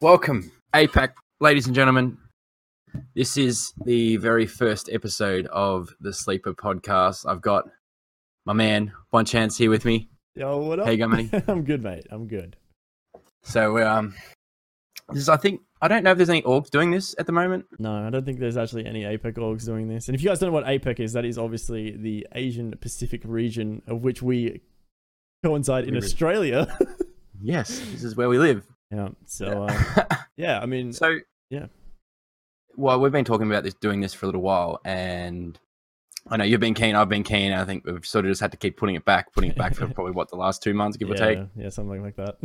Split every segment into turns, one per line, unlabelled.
Welcome, APAC, ladies and gentlemen. This is the very first episode of the Sleeper podcast. I've got my man, One Chance, here with me.
Yo, what up?
How you going, mate?
I'm good, mate. I'm good.
So, um, this is, I think, I don't know if there's any orgs doing this at the moment.
No, I don't think there's actually any APEC orgs doing this. And if you guys don't know what APEC is, that is obviously the Asian Pacific region of which we coincide in
We re-
Australia.
Yes, this is where we live.
yeah. So uh, yeah, I mean,
So
Yeah.
Well, we've been talking about this, doing this for a little while, and I know you've been keen. I've been keen. I think we've sort of just had to keep putting it back, putting it back for probably what the last two months, give
yeah,
or take.
yeah, something like that.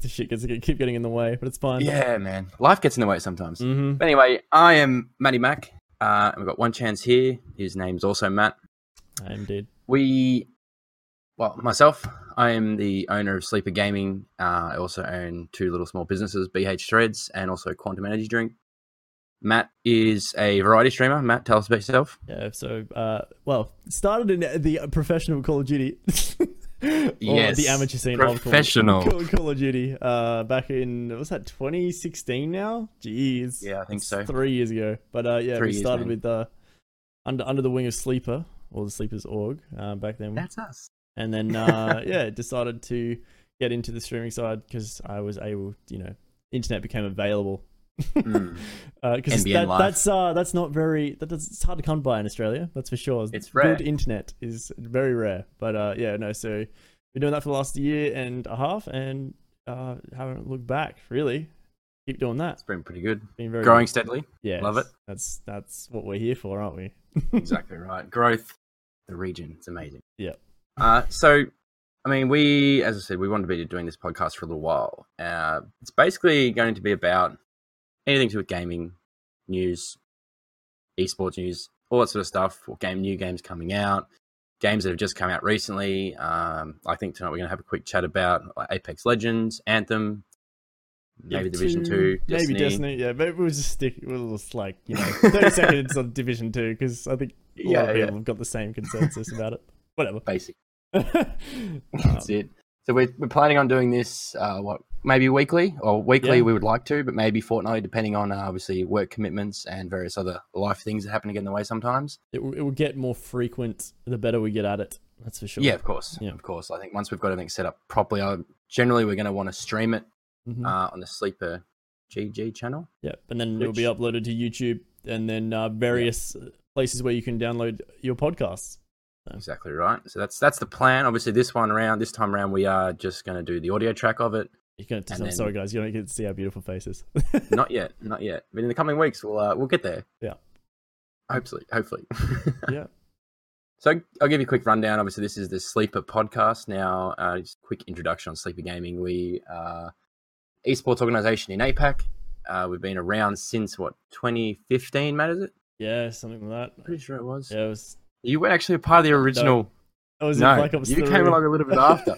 the shit gets keep getting in the way, but it's fine.
Yeah, man. Life gets in the way sometimes.
Mm-hmm.
But anyway, I am Matty Mack, uh, and we've got one chance here. His name's also Matt.
I am dude.
We, well, myself, I am the owner of Sleeper Gaming. Uh, I also own two little small businesses, BH Threads and also Quantum Energy Drink. Matt is a variety streamer. Matt, tell us about yourself.
Yeah. So, uh, well, started in the professional Call of Duty. or
Yes,
the amateur scene of Call of
professional.
Call, Call of Duty uh, back in was that 2016 now? Jeez.
Yeah, I think
It's
so.
Three years ago, but uh, yeah,
Three
we
years,
started
man.
with uh, under under the wing of Sleeper or the Sleepers org uh, back then,
That's us.
and then uh, yeah, decided to get into the streaming side because I was able, you know, internet became available.
Mm.
Because
NBN
that,
live.
that's uh, that's not very that, that's it's hard to come by in Australia. That's for sure.
It's rare.
Good internet is very rare. But uh, yeah, no. So been doing that for the last year and a half, and uh, haven't looked back really. Keep doing that.
It's been pretty good.
Been very
Growing steadily.
Yeah,
Love it.
That's that's what we're here for, aren't we?
exactly right. Growth, the region. It's amazing.
Yeah.
Uh, so, I mean, we, as I said, we wanted to be doing this podcast for a little while. Uh, it's basically going to be about anything to do with gaming, news, esports news, all that sort of stuff, or game new games coming out, games that have just come out recently. Um, I think tonight we're going to have a quick chat about like, Apex Legends, Anthem, maybe Division 2,
maybe Destiny. Yeah, maybe we'll just stick. We'll just like you know, thirty seconds on Division Two because I think a lot
Yeah,
of
yeah,
people have got the same consensus about it. Whatever.
basic.
Um,
That's it. So we're, we're planning on doing this, uh, what, maybe weekly or weekly
Yeah.
we would like to, but maybe fortnightly, depending on uh, obviously work commitments and various other life things that happen to get in the way sometimes.
it, will- it will get more frequent the better we get at it. That's for sure.
Yeah, of course.
Yeah.
Of course. I think once we've got everything set up properly, I, generally we're going to want to stream it
Mhm.
uh, on the Sleeper GG channel.
yeah, and then it'll be
Twitch.
uploaded to YouTube and then uh, various uh places where you can download your podcasts.
Exactly right. So that's that's the plan. Obviously, this one round, this time around, we are just going to do the audio track of it.
You can. I'm
And then-
sorry, guys, you don't get to see our beautiful faces.
not yet, not yet. But in the coming weeks, we'll uh, we'll get there.
Yeah.
Hopefully, hopefully.
Yeah.
So I'll give you a quick rundown. Obviously, this is the Sleeper podcast. Now, uh, just a quick introduction on Sleeper Gaming. We are esports organization in APAC. Uh, we've been around since what 2015, Matt? Is it?
yeah, something like that.
Pretty sure it was.
Yeah, it was.
You were actually a part of the original.
I was
No,
in Black Ops
you
3.
came along a little bit after.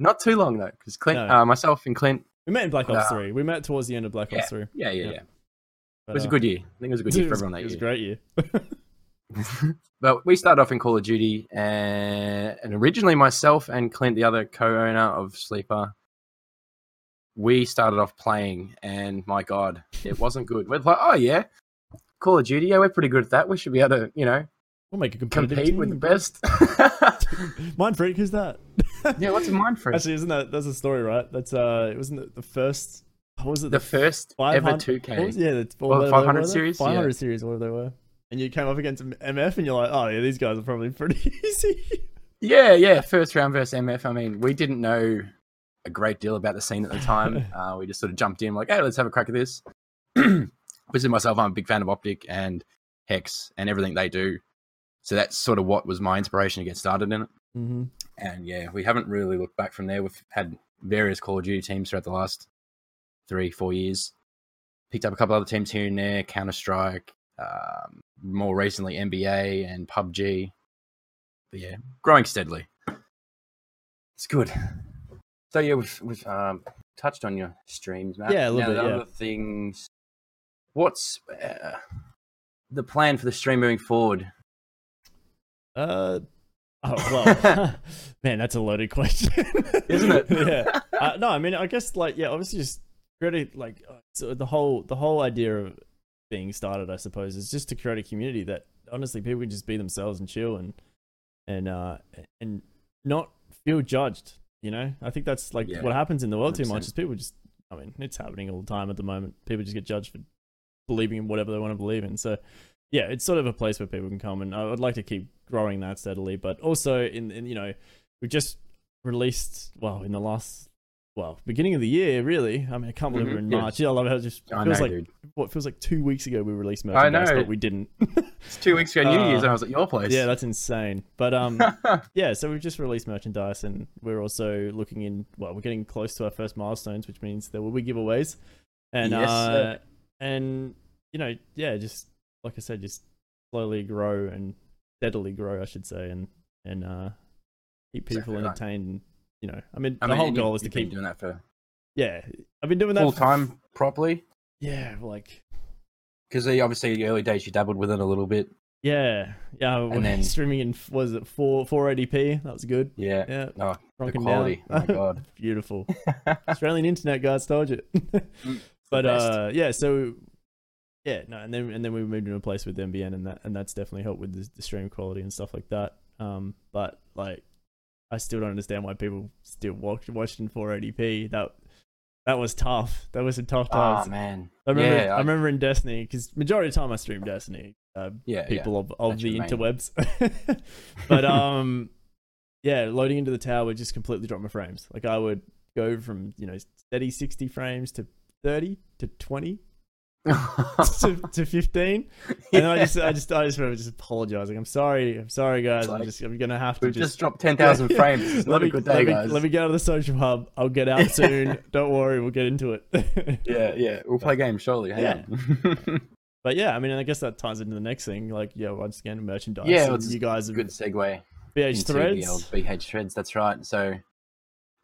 Not too long though, because Clint,
No.
uh, myself, and Clint.
we met in Black Ops
Nah.
3. We met towards the end of Black Ops 3.
Yeah, yeah,
Yeah.
yeah. It
But,
was a
uh,
good year. I think it was a good year
it
for
was-
everyone that
It was a
year.
great year.
but we started off in Call of Duty, and, and originally myself and Clint, the other co-owner of Sleeper, we started off playing, and my God, it wasn't good. We're like, oh yeah, Call of Duty, yeah, we're pretty good at that. We should be able to, you know,
We'll make a competitive
compete with the
team.
best.
Mind Freak, who's that?
yeah, what's in mind for us?
Actually, isn't that that's a story, right? That's uh, it wasn't the, the first. What was it?
The first ever
500
two
what was-
K.
Yeah, the
Or
whatever they
500
were,
series, yeah.
500 series, whatever they were. And you came up against M- MF, and you're like, oh yeah, these guys are probably pretty easy.
Yeah, yeah, first round versus MF. I mean, we didn't know a great deal about the scene at the time. uh, we just sort of jumped in, like, hey, let's have a crack at this. Obviously, myself, I'm a big fan of Optic and Hex and everything they do. So that's sort of what was my inspiration to get started in it.
mm-hmm.
And yeah, we haven't really looked back from there. We've had various Call of Duty teams throughout the last three, four years. Picked up a couple other teams here and there, Counter Strike, um, more recently NBA and PUBG. But yeah, growing steadily. It's good. So yeah, we've we've um, touched on your streams, Matt.
Yeah, a little
Now,
bit,
The
yeah.
other things. What's uh, the plan for the stream moving forward?
Uh, oh well, man, that's a loaded question,
Isn't it?
yeah. Uh, no, I mean, I guess like yeah, obviously just create a, like uh, so the whole the whole idea of being started, I suppose, is just to create a community that honestly people can just be themselves and chill and and uh and not feel judged. You know, I think that's like
Yeah.
what happens in the world too much
100%.
is people just. I mean, it's happening all the time at the moment. People just get judged for believing in whatever they want to believe in. So, yeah, it's sort of a place where people can come, and I would like to keep growing that steadily. But also, in, in you know, we just released well in the last well beginning of the year, really. I mean, I can't believe
Mhm,
we're in
yes.
March. Yeah, I love how it just
I
feels
know,
like
dude.
what feels like two weeks ago we released
I
merchandise,
know.
but we didn't.
It's two weeks ago, New
Uh,
Year's, and I was at your place.
yeah, that's insane. But um, yeah, so we've just released merchandise, and we're also looking in. Well, we're getting close to our first milestones, which means there will be giveaways, and
Yes,
uh,
sir.
and you know, yeah, just like I said, just slowly grow and steadily grow, I should say, and and uh, keep people
Exactly right.
entertained. And, you know, I mean,
I
the
mean,
whole
you-
goal is to
you've been
keep.
doing that for
Yeah, I've been doing that
full
for-
time properly.
Yeah, like
Because obviously, the early days you dabbled with it a little bit.
yeah, yeah. we're
then-
streaming in was it four four eighty p? That was good.
Yeah.
Yeah,
Oh, the
drunken down.
quality. Oh my god.
Beautiful. Australian internet guys told you. but
Mm, the best.
uh, yeah, so yeah, no, and then and then we moved into a place with MBN, and that and that's definitely helped with the, the stream quality and stuff like that. Um, but like, I still don't understand why people still watched watched in 480p. That that was tough. That was some tough
Ah,
times.
man.
I remember.
yeah,
I,
I-
remember in Destiny because majority of the time I stream Destiny. Uh,
Yeah. yeah.
people of, of
That's
the
your main-
interwebs. but um, yeah, loading into the tower just completely dropped my frames. Like I would go from you know steady sixty frames to thirty to twenty to, to fifteen, and then I just I just I just remember just apologizing. I'm sorry, I'm sorry guys. I'm
Like,
just I'm gonna have to
We've
just.
just dropped 10,000 frames. It's not
let me,
a good
let
day,
me-
guys.
let me get out of the social hub. I'll get out soon. Don't worry, we'll get into it.
Yeah, yeah. We'll play games shortly. Hang
Yeah.
on.
But yeah, I mean, I guess that ties into the next thing. Like, yeah, once again, merchandise.
Yeah,
and
it's
you guys have
good segue.
BH
into The old
threads.
BH threads. That's right. So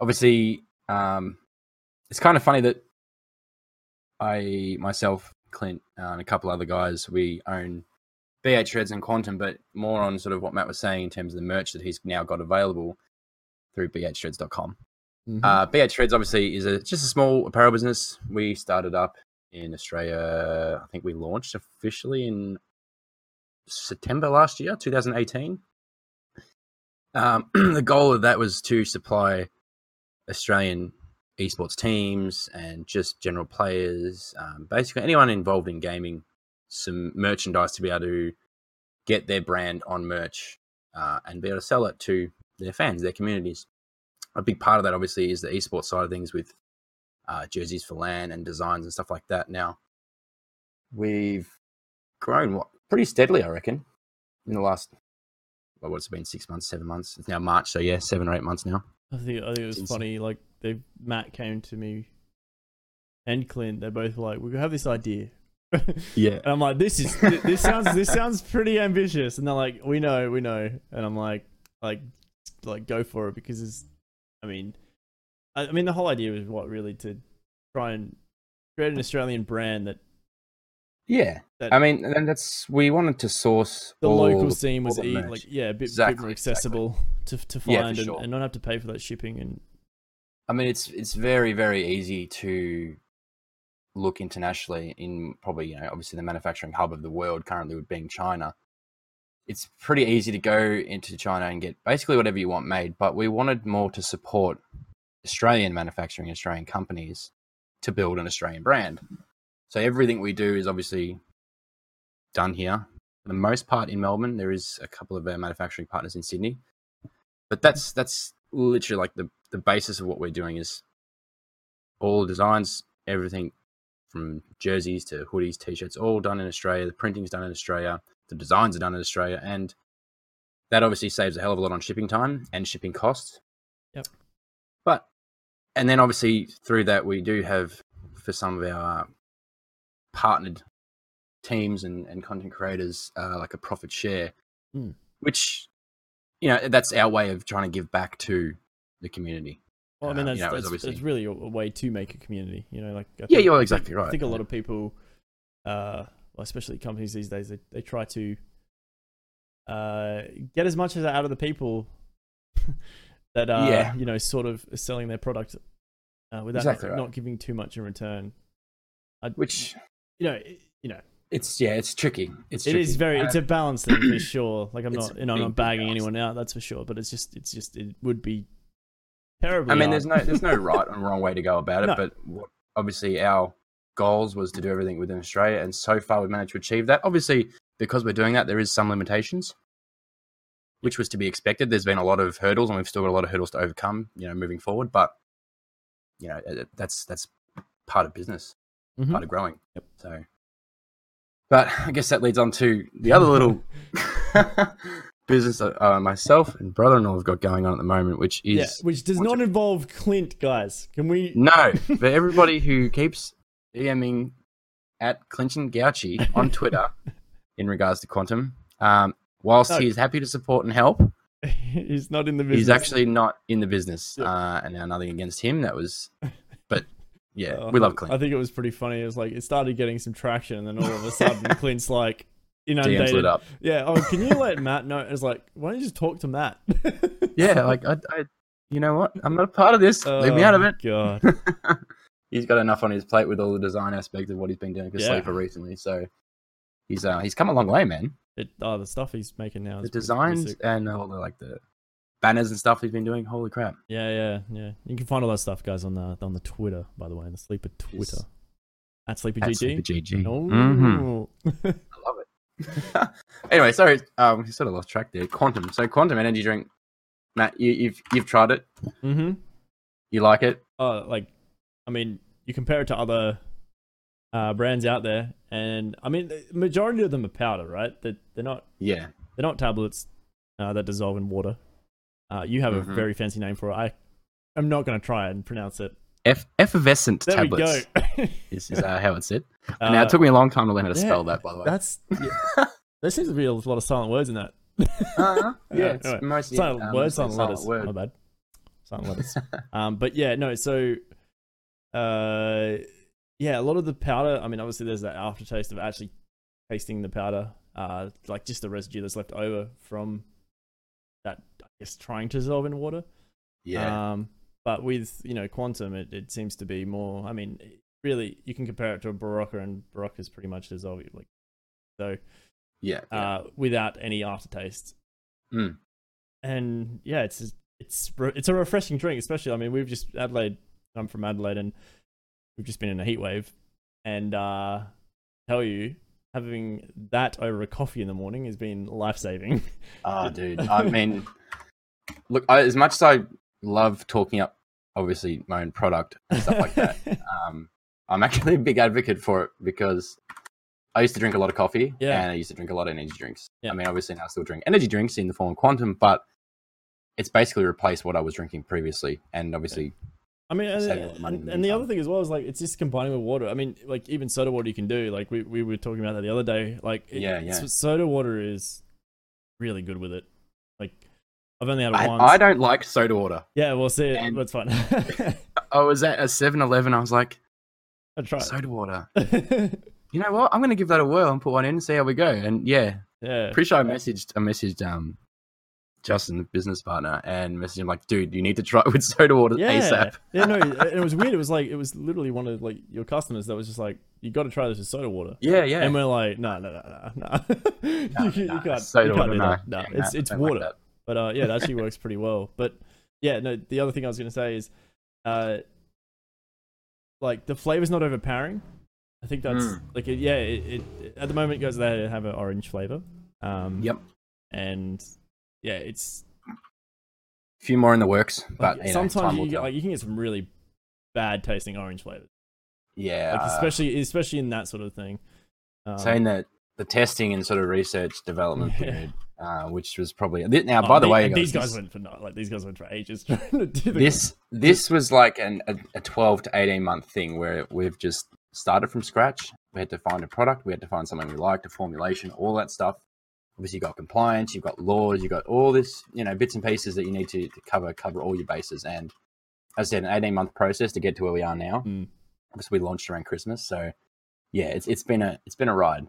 obviously, um, it's kind of funny that I myself, Clint, uh, and a couple other guys, we own BH threads and Quantum, but more on sort of what Matt was saying in terms of the merch that he's now got available through bhthreads.com.
Mhm.
Uh, BH Threads obviously is a just a small apparel business. We started up in Australia. I think we launched officially in September last year, 2018. Um, the goal of that was to supply Australian esports teams and just general players, um, basically anyone involved in gaming, some merchandise to be able to get their brand on merch uh, and be able to sell it to their fans, their communities a big part of that obviously is the esports side of things with uh, jerseys for LAN and designs and stuff like that. Now we've grown what pretty steadily, I reckon, in the last well, what's it been six months, seven months? It's now March, so yeah, seven or eight months now.
I think I think it was
It's-
funny. Like they Matt came to me and Clint. They both were like, "We have this idea," and
Yeah,
I'm like, "This is th- this sounds this sounds pretty ambitious." And they're like, "We know, we know," and I'm like, "Like, like go for it," because it's. I mean, I, I mean the whole idea was what really to try and create an Australian brand that
yeah.
That-
I mean, and that's we wanted to source
the
all
local
Oh, the-
scene was
all the
e-
merch.
like yeah a bit, bit
Exactly,
more
exactly.
accessible to to
Yeah, for
find and,
sure.
and not have to pay for that shipping and
I mean, it's it's very very easy to look internationally in probably you know obviously the manufacturing hub of the world currently would being China. It's pretty easy to go into China and get basically whatever you want made, but we wanted more to support Australian manufacturing, Australian companies to build an Australian brand. So everything we do is obviously done here. For the most part in Melbourne, there is a couple of our manufacturing partners in Sydney, but that's that's literally like the the basis of what we're doing is all the designs, everything from jerseys to hoodies, t-shirts, all done in Australia. The printing's done in Australia. The designs are done in Australia, and that obviously saves a hell of a lot on shipping time and shipping costs.
Yep.
But and then obviously through that we do have for some of our partnered teams and, and content creators uh, like a profit share,
Mm.
which you know that's our way of trying to give back to the community.
Well, I mean,
Um,
that's,
you know, it was
that's,
obviously-
that's really a, a way to make a community, you know, like, I
Yeah,
think-
you're exactly right.
I think a lot of people, uh, well, especially companies these days, they, they try to uh, get as much as out of the people that are,
Yeah.
you know, sort of selling their product uh, without
Exactly right.
not giving too much in return.
Which
You know, it- you know,
it's yeah, it's tricky. It's
it
tricky.
is very.
Uh,
It's a balance thing for sure. Like I'm
It's
not,
a
you know, I'm not
big
bagging
balance.
anyone out. That's for sure. But it's just, it's just, it would be terrible.
I mean, there's no there's no right and wrong way to go about it,
No.
but what, obviously our goals was to do everything within Australia, and so far we've managed to achieve that. Obviously, because we're doing that, there is some limitations, which was to be expected. There's been a lot of hurdles, and we've still got a lot of hurdles to overcome, you know, moving forward. But you know, uh, that's that's part of business,
Mhm.
part of growing.
Yep.
So, but I guess that leads on to the other little business that uh, myself and brother-in-law have got going on at the moment, which is.
yeah, which does
what's
not involve Clint, guys. Can we?
No, for everybody who keeps DMing at Clinton Gauchi on Twitter in regards to Quantum, um, whilst
No.
he is happy to support and help,
he's not in the business.
he's actually not in the business.
Yeah.
Uh, and now nothing against him. That was, but yeah,
Uh,
we love
I
Clinton.
think it was pretty funny. It was like it started getting some traction, and then all of a sudden, Clint's like
DMs
inundated.
lit up.
Yeah. Oh, can you let Matt know? It's like, why don't you just talk to Matt?
Yeah, like I, I, you know what? I'm not a part of this. Leave me out of
Oh,
it.
God.
He's got enough on his plate with all the design aspect of what he's been doing for
Yeah.
Sleeper recently. So he's uh, he's come a long way, man.
It, oh, the stuff he's making now.
the
is pretty- pretty
designs
sick.
and uh, all the like the banners and stuff he's been doing. Holy crap!
Yeah, yeah, yeah. You can find all that stuff, guys, on the on the Twitter, by the way, on the Sleeper Twitter
Yes.
at Sleepy
At
GG.
Super GG.
Oh,
Mhm. I love it. anyway, sorry, um, we sort of lost track there. Quantum. So quantum energy drink. Matt, you, you've you've tried it.
mm-hmm.
You like it.
Oh, like, I mean, you compare it to other uh, brands out there, and I mean, the majority of them are powder, right? They're, they're not
Yeah.
they're not tablets uh, that dissolve in water. Uh, you have a
Mhm.
very fancy name for it. I I'm not gonna try and pronounce it.
Eff effervescent
There
tablets
we go.
is, is uh, how it said.
Uh,
now it took me a long time to learn how to
yeah,
spell that. By the way.
that's yeah. there seems to be a lot of silent words in that.
uh-huh. Yeah.
Yeah,
It's
anyway.
mostly
silent
um,
words, silent,
silent
letters.
word.
My bad. Silent letters. um, but yeah, no. So, uh, yeah, a lot of the powder. I mean, obviously, there's that aftertaste of actually tasting the powder, uh, like just the residue that's left over from that. I guess trying to dissolve in water.
Yeah.
Um, but with you know quantum, it, it seems to be more. I mean, it- really, you can compare it to a Barocca, and Barocca's pretty much dissolve like so
yeah. yeah.
uh, without any aftertaste.
Mm.
And yeah, it's it's re- it's a refreshing drink, especially. I mean, we've just Adelaide. I'm from Adelaide, and we've just been in a heat wave. And uh, tell you, having that over a coffee in the morning has been life saving.
Ah, dude. I mean, look. I, as much as I love talking up, obviously my own product and stuff like that. um, I'm actually a big advocate for it because I used to drink a lot of coffee
Yeah.
and I used to drink a lot of energy drinks.
Yeah.
I mean, obviously now I still drink energy drinks in the form of quantum, but it's basically replaced what I was drinking previously. And obviously,
I mean, and,
Save a lot of money in
and,
the
and the
meantime.
other thing as well is like it's just combining with water. I mean, like even soda water you can do. Like we, we were talking about that the other day. Like it-
Yeah,
it's-
yeah.
soda water is really good with it. Like I've only had it
I,
once.
I don't like soda water.
yeah, we'll see.
And-
That's fine.
I was at a 7 Eleven. I was like,
I'll try.
soda water.
it.
You know what? I'm going to give that a whirl and put one in and see how we go. And yeah,
yeah.
pretty sure I messaged I messaged um Justin, the business partner, and messaged him like, dude, you need to try it with soda water
yeah.
ASAP.
yeah, no, and it was weird. It was like it was literally one of like your customers that was just like, "You got to try this with soda water."
Yeah, yeah.
And we're like, "No, no, no, no, no, you, you
Nah,
can't,
soda
you can't
water,
do
nah.
that. No,
Yeah, nah,
it's it's
don't like
water."
that.
But uh, yeah, it actually works pretty well. But yeah, no, the other thing I was going to say is, uh, like the flavor's not overpowering. I think that's
Hmm.
like it, yeah. It, it at the moment it goes there to have an orange flavor. Um,
Yep.
And yeah, it's
few more in the works,
like,
but you know,
sometimes
time will
you, get,
tell.
like, you can get some really bad tasting orange flavors,
yeah, uh,
like, especially especially in that sort of thing. Um,
saying that the testing and sort of research development
Yeah.
period, uh, which was probably th- now.
oh,
by the
the-
way,
and these guys
this
went for not like these guys went for ages trying to do the-
this, this was like an, a, a twelve to eighteen month thing where we've just started from scratch. We had to find a product, we had to find something we liked, a formulation, all that stuff. Obviously, you've got compliance, you've got laws, you've got all this, you know, bits and pieces that you need to, to cover cover all your bases. And as I said, an eighteen month process to get to where we are now.
Mm.
Because we launched around Christmas, so yeah, it's it's been a it's been a ride.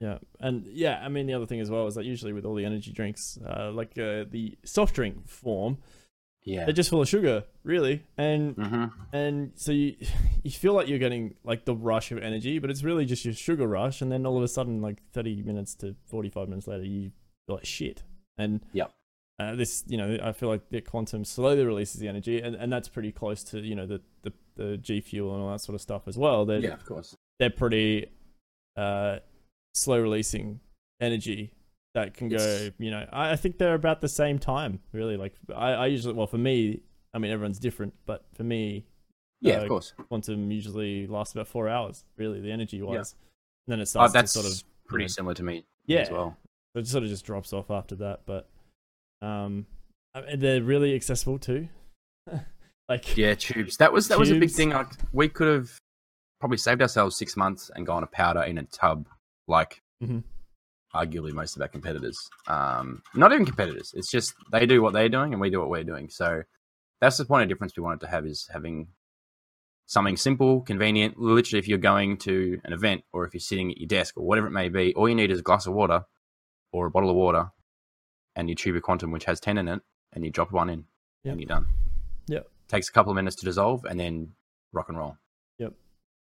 Yeah, and yeah, I mean the other thing as well is that usually with all the energy drinks, uh, like uh, the soft drink form,
Yeah.
They're just full of sugar, really, and
hmm
and so you you feel like you're getting like the rush of energy, but it's really just your sugar rush, and then all of a sudden, like thirty minutes to forty five minutes later, you feel like shit. And
Yep.
uh, this you know I feel like the quantum slowly releases the energy, and, and that's pretty close to you know the, the the G fuel and all that sort of stuff as well. They're
Yeah, of course.
they're pretty uh slow releasing energy that can go
It's-
you know I, I think they're about the same time really like I, I usually well for me i mean everyone's different but for me
Yeah,
uh,
of course.
quantum usually lasts about four hours, really, the energy wise. And then it
Oh,
starts
that's
to sort of
pretty
know,
similar to me
yeah,
as well.
it sort of just drops off after that. But um, I mean, they're really accessible too. like
Yeah, tubes. That was that was a big
Tubes.
thing. Like we could have probably saved ourselves six months and gone a powder in a tub, like
Mhm.
arguably most of our competitors. Um, not even competitors. It's just they do what they're doing and we do what we're doing. So that's the point of difference we wanted to have is having something simple, convenient. Literally, if you're going to an event or if you're sitting at your desk or whatever it may be, all you need is a glass of water or a bottle of water and your tube of quantum, which has ten in it, and you drop one in
Yep.
and you're done takes a couple of minutes to dissolve and then rock and roll.
Yep.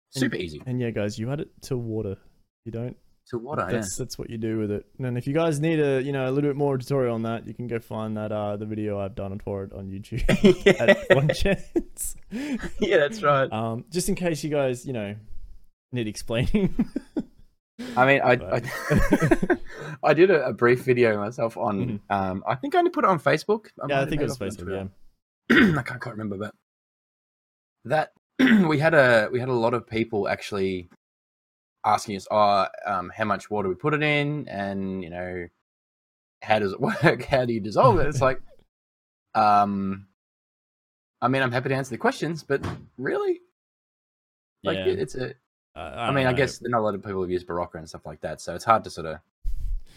Super easy.
And yeah, guys, you add it to water. You don't.
So water, yeah.
that's that's what you do with it. And if you guys need a you know a little bit more tutorial on that, you can go find that uh the video I've done for it on YouTube at one chance.
yeah, that's right.
Um, just in case you guys you know need explaining.
I mean, I
Right.
I, I did a, a brief video myself on.
Mhm.
Um, I think I only put it on Facebook.
yeah, I
might
think it
have
was
made
Facebook.
off
Yeah.
on Twitter. I can't quite remember, but that we had a we had a lot of people actually asking us, "Oh, um, how much water we put it in, and you know, how does it work? How do you dissolve it?" It's like, um, I mean, I'm happy to answer the questions, but really, like,
yeah.
it- it's a
Uh,
I mean, I
don't know.
guess not a lot of people have used Barocca and stuff like that, so it's hard to sort of,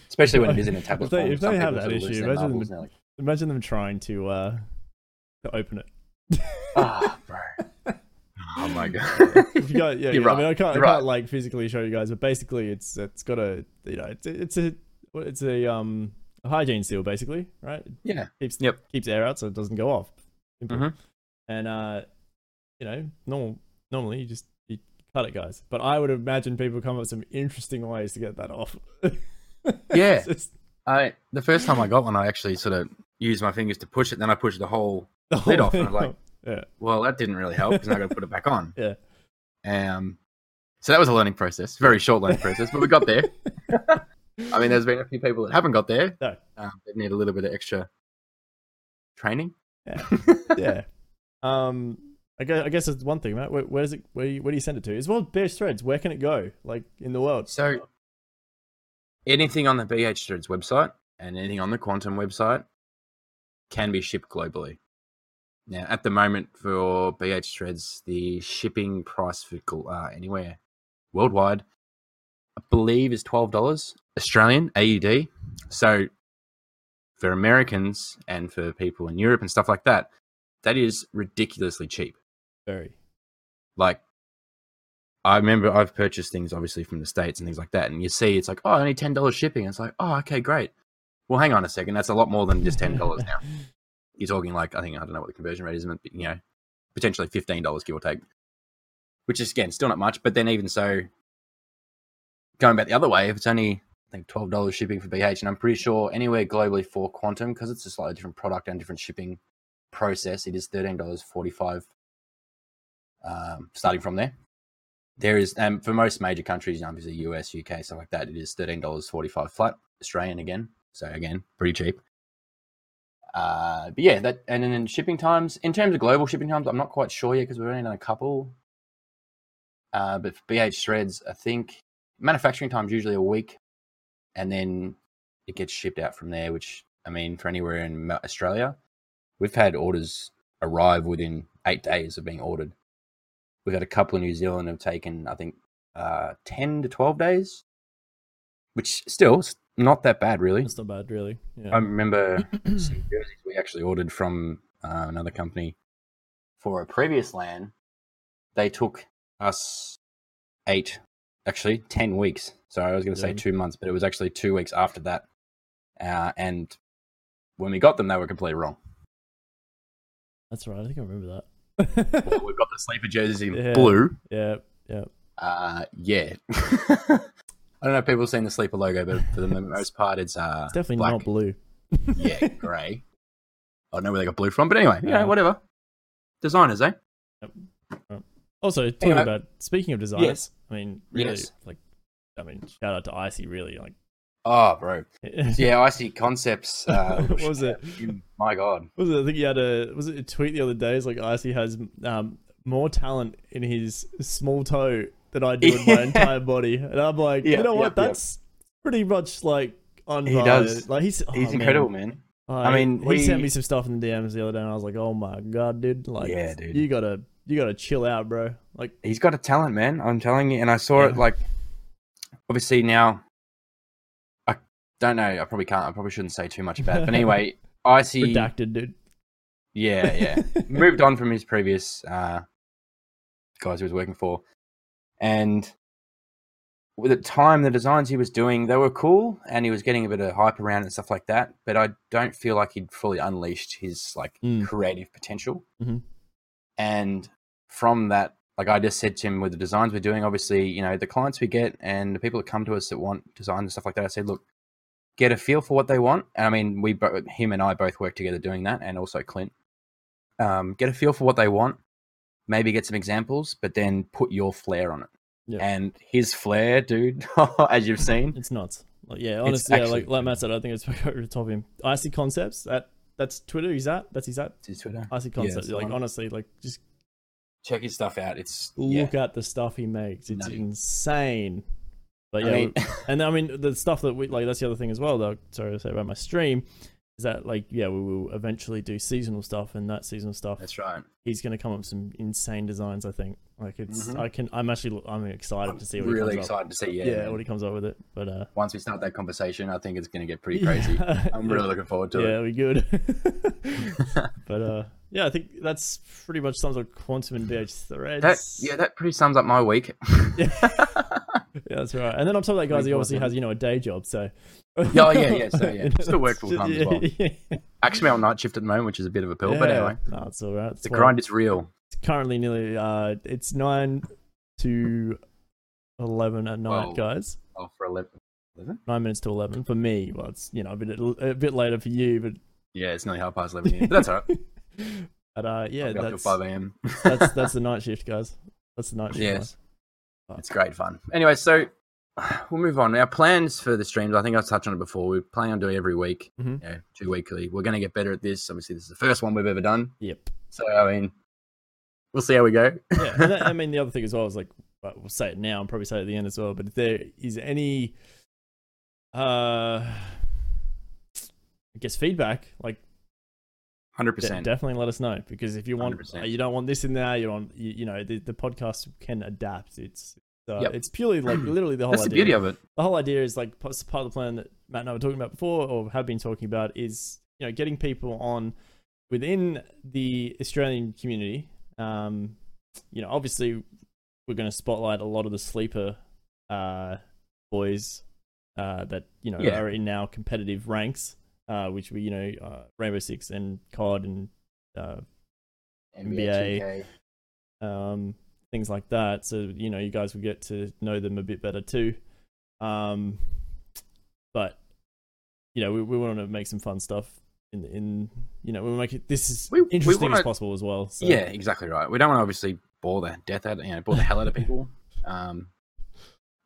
especially when it is in a
If
tablet
they-
form.
if
some
they
people
have that
sort of lose
issue,
their
imagine
marbles
them-
and
Imagine them trying to uh to open it.
they're like, oh, bro. Oh my god.
If you guys, yeah,
You're
yeah, I mean,
right.
I can't, I
You're right.
can't like physically show you guys, but basically, it's it's got a you know, it's a, it's a what- it's a um a hygiene seal basically, right? It
yeah.
keeps
Yep.
keeps air out so it doesn't go off. Simple.
Mhm.
And uh, you know, normal normally you just you cut it, guys. But I would imagine people come up with some interesting ways to get that off.
Yeah.
It's just-
I the first time I got one, I actually sort of used my fingers to push it, then I pushed the whole.
the
Lid
whole
off, and
thing
like-
off. yeah,
Well, that didn't really help because now I got to put it back on.
Yeah.
Um. So that was a learning process, very short learning process, but we got there. I mean, there's been a few people that haven't got there.
No.
Um, they need a little bit of extra training.
yeah. Um, I guess, I guess it's one thing, Matt. Where, where does it? Where, you- where do you send it to? As well, as Bears Threads. Where can it go? Like in the world?
So anything on the BH Threads website and anything on the Quantum website can be shipped globally. Now, at the moment for BH Threads, the shipping price for gl- uh, anywhere worldwide, I believe, is twelve dollars Australian AUD. So for Americans and for people in Europe and stuff like that, that is ridiculously cheap
Very.
like I remember I've purchased things obviously from the States and things like that, and you see it's like, oh, only ten dollars shipping. It's like, oh, okay, great. Well, hang on a second, that's a lot more than just ten dollars now. You're talking like I think I don't know what the conversion rate is, but you know, potentially fifteen dollars give or take. Which is again still not much, but then even so going back the other way, if it's only I think twelve dollars shipping for BH, and I'm pretty sure anywhere globally for quantum, because it's a slightly different product and different shipping process, it is thirteen dollars forty five um, starting from there. There is, um, for most major countries, obviously US, UK, stuff like that, it is thirteen dollars forty five flat Australian again. So again, pretty cheap. Uh, but yeah, that and then shipping times in terms of global shipping times, I'm not quite sure yet because we've only done a couple. Uh, but for BH threads, I think manufacturing time's usually a week, and then it gets shipped out from there. Which I mean, for anywhere in Ma- Australia, we've had orders arrive within eight days of being ordered we've had a couple in New Zealand have taken, I think, uh, 10 to 12 days, which still is not that bad, really.
That's not bad, really. Yeah.
I remember some jerseys we actually ordered from uh, another company for a previous LAN. They took us eight, actually, 10 weeks. So I was going to say
Yeah.
two months, but it was actually two weeks after that. Uh, and when we got them, they were completely wrong.
That's right. I think I remember that.
Well, we've got the sleeper jerseys in
Yeah.
blue.
yeah.
Uh, yeah. I don't know if people have seen the sleeper logo, but for the most part, it's uh,
It's definitely
black,
not blue.
yeah, grey. I don't know where they got blue from, but anyway, yeah,
Yeah.
whatever. Designers, eh?
Also, talking
Anyway.
about speaking of designers,
Yes.
I mean, really,
Yes.
like, I mean, shout out to Icy, really, like,
Oh, bro. Yeah, icy concepts. Uh,
What was it?
My God.
was it? I think he had a was it a tweet the other day? It's like Icy has um, more talent in his small toe than I do in my
Yeah.
entire body, and I'm like,
Yeah,
you know what?
yeah, yeah.
That's pretty much like on.
He does.
Like he's oh,
He's
man.
incredible, man.
Like,
mean,
he
we-
sent me some stuff in the DMs the other day, and I was like, oh my god, dude! Like,
Yeah, dude.
you gotta you gotta chill out, bro. Like,
He's got a talent, man. I'm telling you. And I saw it
Yeah.
like, obviously now, I don't know. I probably can't. I probably shouldn't say too much about it. But anyway, icy.
redacted, dude.
Yeah, yeah. moved on from his previous uh, guys he was working for, and with the time the designs he was doing, they were cool, and he was getting a bit of hype around and stuff like that. But I don't feel like he'd fully unleashed his like
Mm.
creative potential.
Mhm.
And from that, like I just said to him, with the designs we're doing, obviously, you know, the clients we get and the people that come to us that want designs and stuff like that, I said, look, get a feel for what they want. And I mean, we, bo- him and I both work together doing that, and also Clint. Um, get a feel for what they want, maybe get some examples, but then put your flair on it.
Yeah.
And his flair, dude, as you've seen,
It's nuts. Like, yeah, honestly, yeah,
actually-
like, like Matt said, I think it's over the top of him. Icy Concepts, that that's Twitter, he's at, that's his at,
it's his Twitter.
Icy Concepts.
it's
like,
on.
honestly, like, just
Check his stuff out. It's yeah.
look at the stuff he makes. It's
Nutty.
insane. But yeah,
I mean,
and I mean, the stuff that we, like, that's the other thing as well, though, sorry to say about my stream, is that, like, yeah, we will eventually do seasonal stuff, and that seasonal stuff,
that's right.
he's going to come up with some insane designs, I think. Like, it's,
Mhm.
I can, I'm actually, I'm excited
I'm
to see what he
really
comes up
excited to see. Yeah,
Yeah,
man.
what he comes up with it. But, uh,
once we start that conversation, I think it's going to get pretty crazy. I'm really looking forward to
yeah,
it.
we good. but uh, yeah, I think that's pretty much sums up Quantum and BH Threads.
That yeah, that pretty sums up my week.
Yeah, that's right. And then on top of that, guys, he
Pretty
obviously
awesome.
has you know a day job, so
Yeah, oh, yeah, yeah, so, yeah.
You know,
Still work
that's
full time
just-
as well.
Yeah, yeah.
Actually, I'm on night shift at the moment, which is a bit of a pill. But
Yeah.
anyway,
no, it's all right. It's
the
well,
grind is real.
it's currently nearly uh, it's nine to eleven at night,
Well-
guys.
Oh, for eleven. eleven?
Nine minutes to eleven for me. Well, it's you know a bit a bit later for you, but
Yeah, it's nearly half past eleven. Here, but that's all right.
but uh, yeah,
I'll be up till
that's
five a.m.
that's that's the night shift, guys. That's the night shift.
Yes.
guys. Oh.
It's great fun. Anyway, so we'll move on. Our plans for the streams, I think I touched on it before. We plan on doing every week,
Mhm.
you know, two weekly. We're going to get better at this. Obviously, this is the first one we've ever done.
Yep.
So, I mean, we'll see how we go.
yeah, and that, I mean the other thing as well is like well, we'll say it now and probably say it at the end as well. But if there is any, uh, I guess feedback, like de-
100%.
definitely let us know because if you want,
100%.
uh, you don't want this in there, you want, you, you know, the, the podcast can adapt. It's uh,
Yep.
it's purely like literally the whole
That's the
idea
beauty of it.
the whole idea is like part part of the plan that Matt and I were talking about before, or have been talking about, is you know getting people on within the Australian community. Um, you know, obviously, we're going to spotlight a lot of the sleeper uh, boys uh, that you know
Yeah.
are in our competitive ranks, uh, which we you know uh, Rainbow Six and COD and uh, NBA, um, things like that. So you know, you guys will get to know them a bit better too. Um, but you know, we, we want to make some fun stuff in in you know we want to make it this is
We- we
interesting as
wanna-
possible as well. So.
Yeah, exactly right. We don't want to obviously bore the death out, you know, bore the hell out of people. Um,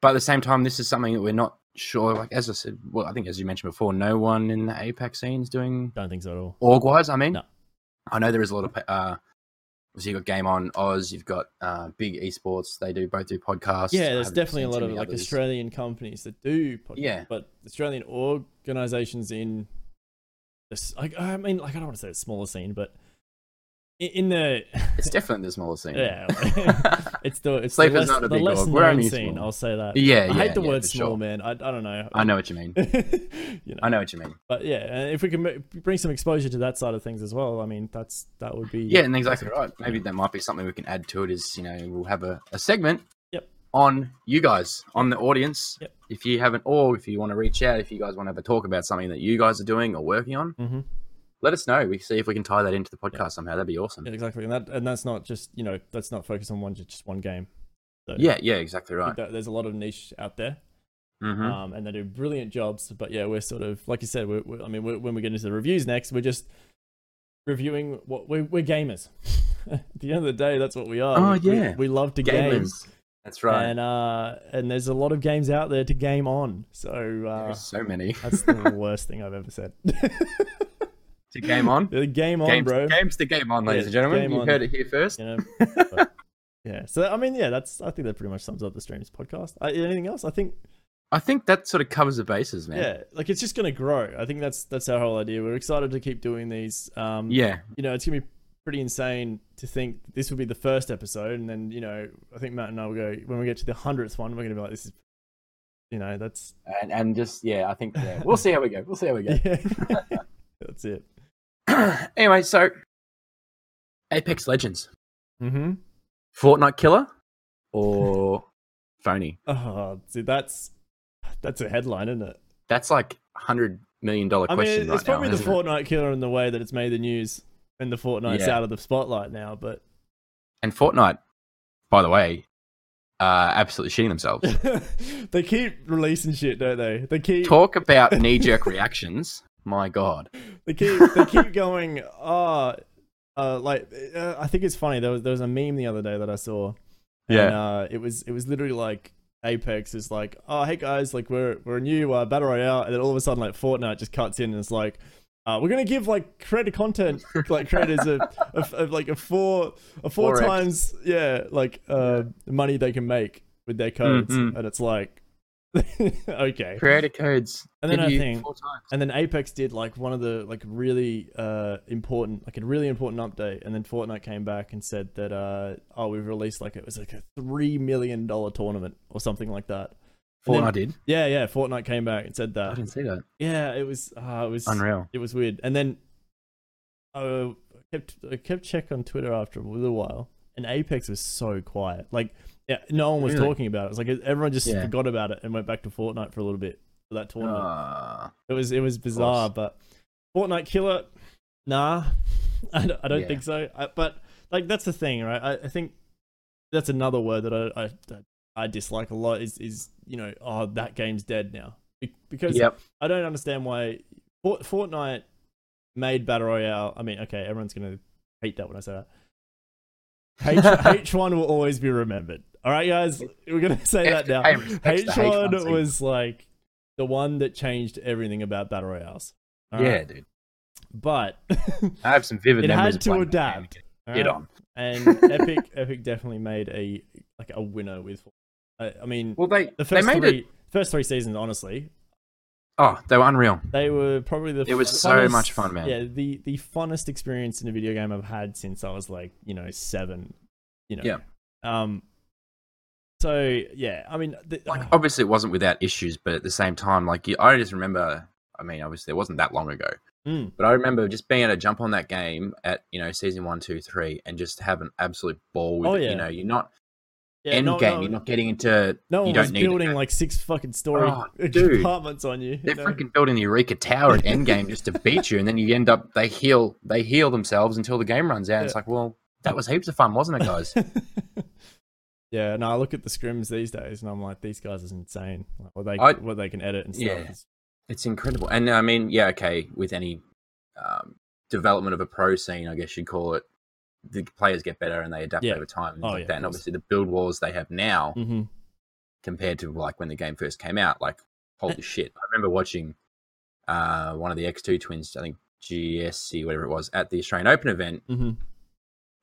but at the same time, this is something that we're not sure. Like as I said, well, I think as you mentioned before, no one in the APAC scene is doing
don't think so at all.
org wise. I mean,
No.
I know there is a lot of pa- uh, obviously you've got Game On Oz, you've got uh, big esports. They do both do podcasts. I
Yeah, there's
haven't
definitely a
seen
lot
too
of
many
like
others.
Australian companies that do podcasts,
Yeah.
but Australian organizations in this, like, I mean, like, I don't want to say the smaller scene, but in, in the
It's definitely the smaller scene.
Yeah, it's the it's the
Sleeper's
less,
not a
the
big
less
org. We're
known
only
scene.
small.
I'll say that.
yeah, yeah.
I hate the
yeah,
word
for
small,
sure.
man. I, I don't know.
I know what you mean.
you know,
I know what you mean.
But yeah, and if we can m- bring some exposure to that side of things as well, I mean, that's that would be
Yeah, and exactly right. Maybe that might be something we can add to it. Is you know we'll have a, a segment
Yep.
on you guys, on the audience.
Yep.
If you haven't, or if you want to reach out, if you guys want to have a talk about something that you guys are doing or working on,
Mhm.
let us know. We can see if we can tie that into the podcast somehow. That'd be awesome.
Yeah,
Yeah,
exactly, and that and that's not just you know that's not focused on one just one game. So
yeah, exactly
I
right.
think that there's a lot of niche out there,
hmm
um, and they do brilliant jobs. But yeah, we're sort of like you said. We're, we're, I mean, we're, when we get into the reviews next, we're just reviewing what we're, we're gamers. At the end of the day, that's what we are.
Oh,
We- we-
yeah.
we, love to game,
Gamers. That's right.
and uh, and there's a lot of games out there to game on. So uh,
There's so many
that's the worst thing I've ever said.
to game on.
game on,
games,
bro.
games to game on, ladies
Yeah,
and gentlemen.
game
You
on.
heard it here first.
you know. but, yeah. So I mean, yeah, that's I think that pretty much sums up the streams podcast. I, anything else? I think
I think that sort of covers the bases, man.
yeah, like it's just gonna grow. I think that's that's our whole idea. We're excited to keep doing these. Um,
Yeah.
You know, it's gonna be pretty insane to think that this would be the first episode, and then you know, I think Matt and I will go when we get to the hundredth one. We're gonna be like, this is, you know, that's
And, and just, yeah, I think yeah, we'll see how we go. We'll see how we go.
yeah, that's it.
anyway, so Apex Legends,
Mm-hmm.
Fortnite Killer or Phony?
Oh, see, that's that's a headline, isn't it?
That's like $100 million dollar
I
question
mean, it's
right
probably
now.
the
isn't it?
Fortnite killer in the way that it's made the news, and the Fortnite's
Yeah.
out of the spotlight now. But
And Fortnite, by the way, uh, absolutely shitting themselves.
they keep releasing shit, don't they? They keep
Talk about knee jerk reactions. My God.
they keep they keep going. Ah, uh, like uh, I think it's funny. There was there was a meme the other day that I saw. and,
Yeah.
uh, it was it was literally like Apex is like, oh hey guys, like we're we're a new uh, battle royale, and then all of a sudden like Fortnite just cuts in and it's like. Uh, we're gonna give like creator content like creators a, a, a like a four a four
4x.
times yeah like uh money they can make with their codes
mm.
and it's like okay
Creator codes.
And then
give
I
you
think-
four times.
and then Apex did like one of the like really uh important like a really important update and then Fortnite came back and said that uh oh we've released like it was like a 3 million dollar tournament or something like that. And then-
Fortnite did.
Yeah, yeah, Fortnite came back and said
I
that.
didn't see that.
Yeah, it was uh, it was
Unreal.
it was weird. And then uh, I kept I kept check on Twitter after a little while and Apex was so quiet. Like yeah, no one was
Really?
talking about it. It was like everyone just
Yeah.
forgot about it and went back to Fortnite for a little bit for that tournament.
Ah.
It was it was bizarre, but Fortnite Killer, nah, I don't, I don't
Yeah.
think so. I, but like that's the thing, right? I, I think that's another word that I, I that I dislike a lot is is you know oh that game's dead now Be- because
yep.
I don't understand why Fort, Fortnite made battle royale. I mean, okay, everyone's gonna hate that when I say that. H H one will always be remembered. All right, guys, we're gonna say that now.
Hey, respects the H1
H1
thing.
was like the one that changed everything about battle royales. all
Yeah,
right?
dude.
But
I have some vivid
it
memories.
had
of
to
playing that game
adapt.
again.
all
Get
right?
on.
And Epic Epic definitely made a like a winner with I, I mean
Well, they
the
they
first
made
three
it.
first three seasons honestly
Oh, they were unreal.
They were probably the.
It was
fu-
so
funnest-
much fun, man.
Yeah, the the funnest experience in a video game I've had since I was like you know seven, you know.
Yeah.
Um. So yeah, I mean, the,
Like,
oh,
obviously, it wasn't without issues, but at the same time, like, you, I just remember. I mean, obviously, it wasn't that long ago,
mm,
but I remember just being able to jump on that game at you know season one, two, three, and just have an absolute ball. With
Oh,
it.
yeah.
You know, you're not
yeah,
end
no,
game.
No,
you're not getting into.
no
you
one
don't
was
need it,
building like six fucking story
Oh, dude.
compartments on you.
They're
you know?
freaking building the Eureka Tower at Endgame just to beat you, and then you end up they heal they heal themselves until the game runs out. It's
Yeah.
like, well, that was heaps of fun, wasn't it, guys?
yeah, no, I look at the scrims these days and I'm like, these guys is insane. Like, what they
I-
what they can edit and stuff.
Yeah.
is-
It's incredible. And I mean, yeah, okay, with any um, development of a pro scene, I guess you'd call it, the players get better and they adapt
Yeah.
over time. And,
Oh,
things like
yeah, of
that. and
course.
obviously, the build wars they have now
Mhm.
compared to like when the game first came out, like,
Eh.
holy shit. I remember watching uh, one of the X2 twins, I think GSC, whatever it was, at the Australian Open event.
Mhm.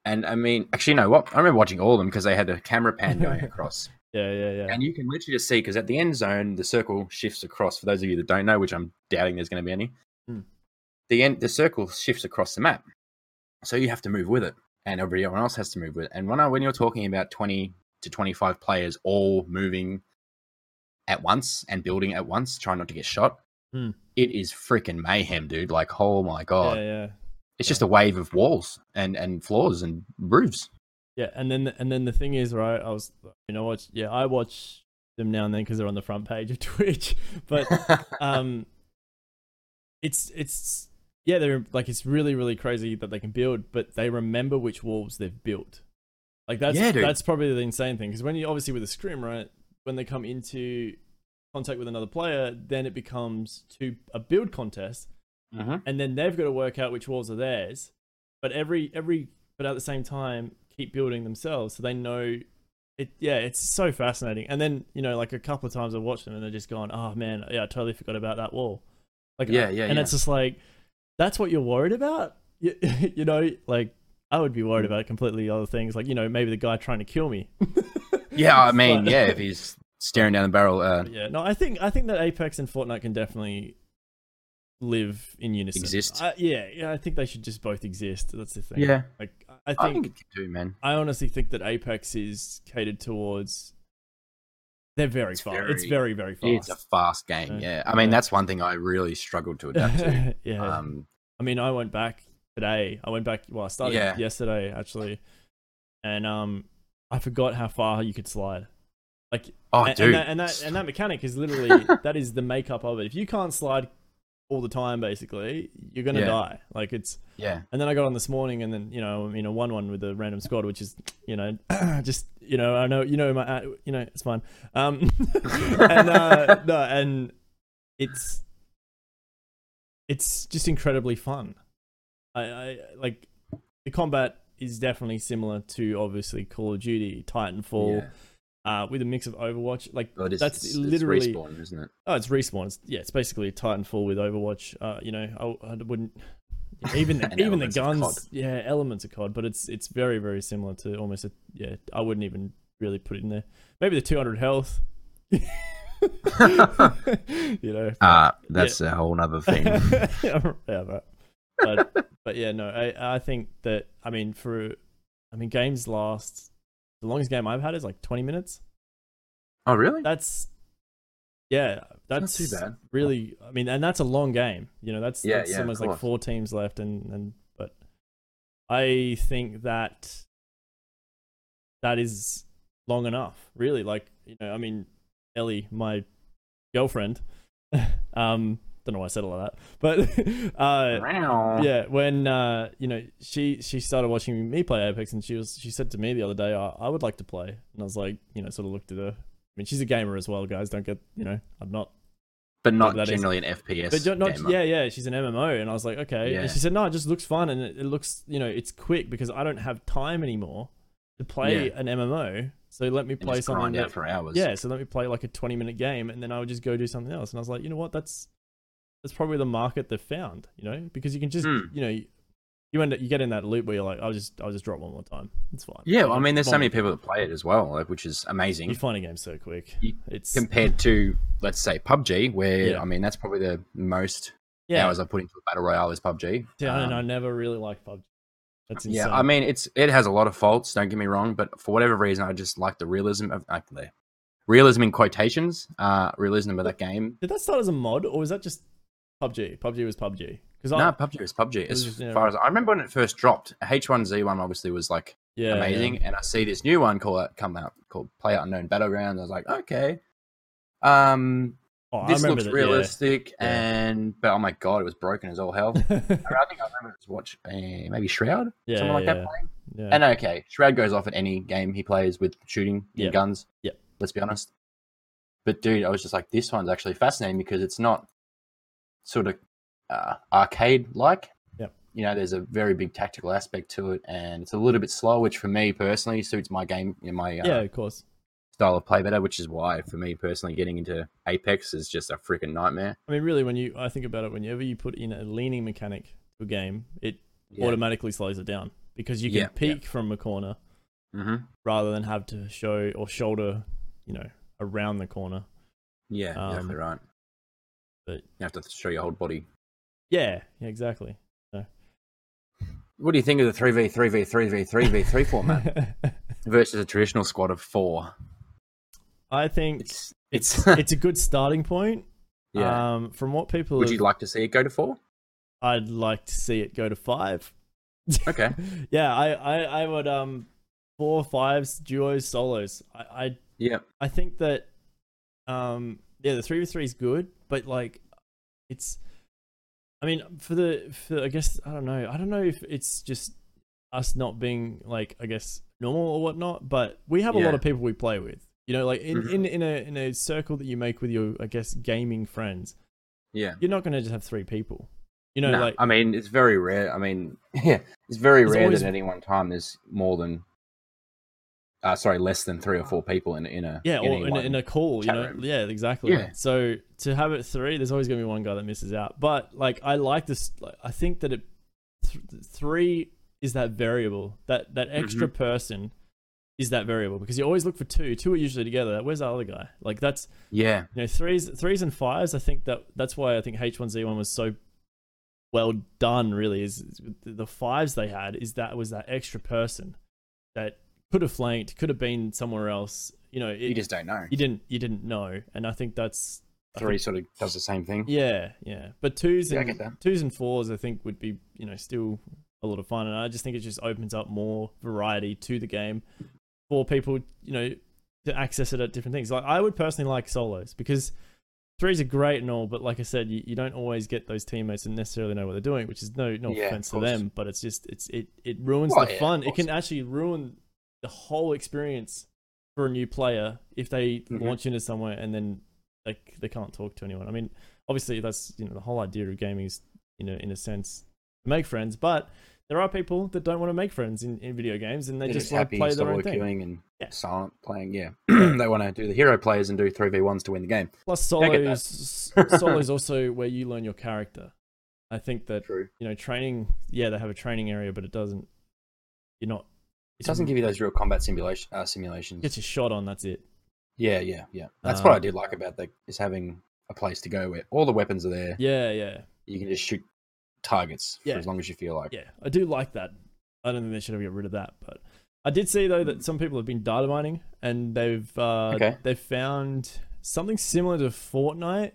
And I mean, actually, you know what? I remember watching all of them because they had a camera pan going across.
Yeah, yeah, yeah.
And you can literally just see because at the end zone, the circle shifts across. For those of you that don't know, which I'm doubting there's going to be any,
Hmm.
the end the circle shifts across the map, so you have to move with it, and everyone else has to move with it. And when I, when you're talking about 20 to 25 players all moving at once and building at once, trying not to get shot,
Hmm.
it is freaking mayhem, dude. Like, oh my god,
Yeah, yeah.
it's just a wave of walls and and floors and roofs.
Yeah, and then and then the thing is, right? I was, you know, watch. Yeah, I watch them now and then because they're on the
Mm-hmm.
front page of Twitch. But um, it's it's yeah, they're like it's really really crazy that they can build, but they remember which walls they've built. Like that's
Yeah, dude.
that's probably the insane thing because when you obviously with a scrim right when they come into contact with another player, then it becomes to a build contest,
Mm-hmm.
and then they've got to work out which walls are theirs. But every every but at the same time keep building themselves so they know it. Yeah, it's so fascinating. And then you know like a couple of times I watched them and they're just gone. Oh man, yeah, I totally forgot about that wall. Like
Yeah,
uh,
yeah,
and
yeah.
it's just like that's what you're worried about. You, you know, like I would be worried about completely other things. Like you know maybe the guy trying to kill me.
Yeah, I mean,
But-
yeah, if he's staring down the barrel, uh,
But yeah, no, I think I think that Apex and Fortnite can definitely live in unison.
Exist.
I, yeah, yeah, I think they should just both exist. That's the thing.
yeah,
like I
I
think
think it could do, man.
I, honestly think that Apex is catered towards. They're very
It's
fast. it's very very
It's
fast.
a fast game.
Yeah.
Yeah, I mean,
Yeah.
that's one thing I really struggled to adapt to.
yeah,
Um,
I mean, I went back today. I went back. Well, I started
Yeah.
yesterday actually, and um, I forgot how far you could slide.
oh,
and,
dude,
and that, and that and that mechanic is literally that is the makeup of it. If you can't slide all the time, basically, you're gonna
Yeah.
die. Like it's.
yeah,
And then I got on this morning, and then you know I'm in a one-one with a random squad, which is you know just you know I know you know my uh, you know it's fine. Um, and uh, no, and it's it's just incredibly fun. I, I like the combat is definitely similar to obviously Call of Duty, Titanfall,
yeah.
uh, with a mix of Overwatch. Like
Well, it is-
that's
it's- it's
literally
respawn, isn't it?
oh, it's respawn. It's, yeah, it's basically Titanfall with Overwatch. Uh, you know, I, I wouldn't even the,
And
even the
elements of COD.
guns. Yeah, elements of COD, but it's it's very very similar to almost a yeah. I wouldn't even really put it in there. Maybe the 200 health. you know,
Uh, that's a whole nother thing.
yeah, but, but but yeah, no, I I think that I mean for I mean games last the longest game I've had is like 20 minutes.
oh, really?
That's yeah,
Not
that's
too bad.
really i mean and that's a long game you know that's,
Yeah,
that's
yeah, of
almost like
course.
four teams left and and but i think that that is long enough really like you know i mean ellie my girlfriend um don't know why i said it like that but uh
Wow.
yeah when uh you know she she started watching me play apex and she was she said to me the other day i, I would like to play and i was like you know sort of looked at her i mean she's a gamer as well guys don't get you know i'm not
but not
that is-
generally an FPS.
but not, not
gamer.
yeah, yeah. She's an MMO, and I was like, okay.
Yeah.
And she said, no, it just looks fun, and it, it looks, you know, it's quick because I don't have time anymore to play an MMO. So let me
And
play
just
something.
grind
That,
out for hours.
yeah, so let me play like a twenty-minute game, and then I would just go do something else. And I was like, you know what? That's that's probably the market they've found, you know, because you can just,
Hmm.
you know, you, you end up you get in that loop where you're like, I'll just I'll just drop one more time. It's fine.
Yeah, well, I mean, there's so
One-
many people that play it as well, like, which is amazing
You find a game so quick.
You
It's
compared to, let's say, PUBG, where
Yeah.
I mean, that's probably the most
yeah.
hours I put into a battle royale is PUBG.
yeah and I
Um,
never really liked PUBG. That's insane.
yeah, I mean, it's it has a lot of faults. Don't get me wrong, but for whatever reason, I just like the realism of like the realism in quotations, uh, realism of that game.
Did that start as a mod, or was that just PUBG? PUBG was PUBG. Because
No, PUBG is PUBG. As
was just- yeah.
far as I remember, when it first dropped, H1Z1 obviously was like
yeah,
amazing.
yeah.
And I see this new one called come out called Play Unknown Battlegrounds. I was like, okay, um,
Oh, I
this
remember
looks
that, yeah.
realistic,
Yeah.
and but oh my god, it was broken as all hell. I, mean, I think I remember it was watch uh, maybe Shroud,
Yeah,
something like
yeah,
that playing.
yeah.
And okay, Shroud goes off at any game he plays with shooting and
Yep.
guns.
Yep.
Let's be honest. But dude, I was just like, this one's actually fascinating because it's not sort of uh, arcade like.
Yep.
You know, there's a very big tactical aspect to it, and it's a little bit slow, which for me personally suits my game, you know, my uh,
yeah, of course.
style of play better. Which is why, for me personally, getting into Apex is just a freaking nightmare.
I mean, really, when you I think about it, whenever you put in a leaning mechanic to a game, it
Yeah.
automatically slows it down because you can
Yeah, yeah.
peek from a corner
hmm
rather than have to show or shoulder, you know, around the corner.
Yeah,
Um,
exactly right.
but-
you have to show your whole body.
Yeah, yeah exactly.
What do you think of the three v three v three v three v three format versus a traditional squad of four?
I think it's
It's
it's,
it's,
a good starting point.
yeah.
Um, from what people
Would
have-
you like to see it go to four?
I'd like to see it go to five.
Okay.
yeah, I, I, I would um four fives duos solos. I, I
Yeah.
I think that um yeah the three v three is good, but like it's I mean, for the, for, I guess I don't know. I don't know if it's just us not being like, I guess, normal or whatnot. But we have a
Yeah.
lot of people we play with. You know, like in,
Mhm.
in in a in a circle that you make with your, I guess, gaming friends.
Yeah.
You're not gonna just have three people. You know,
No,
like
I mean, it's very rare. I mean, yeah, it's very
It's
rare
always-
that at any one time there's more than, uh, sorry, less than three or four people in in a
yeah,
in
or in a,
one.
in a call. You
chat
know,
room.
yeah, exactly.
Yeah.
So to have it three, there's always gonna be one guy that misses out. But like, I like this. Like, I think that it th- three is that variable. That that
Mm-hmm.
extra person is that variable because you always look for two. Two are usually together. Where's that other guy? Like that's
yeah,
you know threes threes and fives i think that that's why i think h1z1 was so well done really is is the the fives they had is that was that extra person that could have flanked could have been somewhere else you know it,
you just don't know.
you didn't you didn't know and i think that's I
Three
think-
sort of does the same thing.
yeah yeah but twos
Yeah, I
and
get that.
twos and fours i think would be you know still a lot of fun and i just think it just opens up more variety to the game for people you know to access it at different things like i would personally like solos because threes are great and all but like i said you, you don't always get those teammates and necessarily know what they're doing which is no no
Yeah, of
offense to
course.
them but it's just it's it it ruins
Well,
the
yeah, of
fun it
course.
can actually ruin the whole experience for a new player if they
Mhm.
launch into somewhere and then like they can't talk to anyone i mean obviously that's you know the whole idea of gaming is you know in a sense to make friends but there are people that don't want to make friends in, in video games and they
They're
just,
just
like
happy
play their
solo
own thing
queuing and
Yeah.
silent playing. Yeah, they want to do the hero players and do three v ones to win the game.
plus
I get
solo
that.
is solo is also where you learn your character i think that
True.
you know training yeah they have a training area but it doesn't you're not
It doesn't give you those real combat simulation uh, simulations.
get your shot on that's it
Yeah, yeah, yeah. That's what I
Um,
did like about the is having a place to go where all the weapons are there.
yeah yeah
You can just shoot targets
Yeah.
for as long as you feel like.
yeah, I do like that. I don't think they should have got rid of that, but I did see though that some people have been data mining and they've uh,
Okay.
they've found something similar to Fortnite.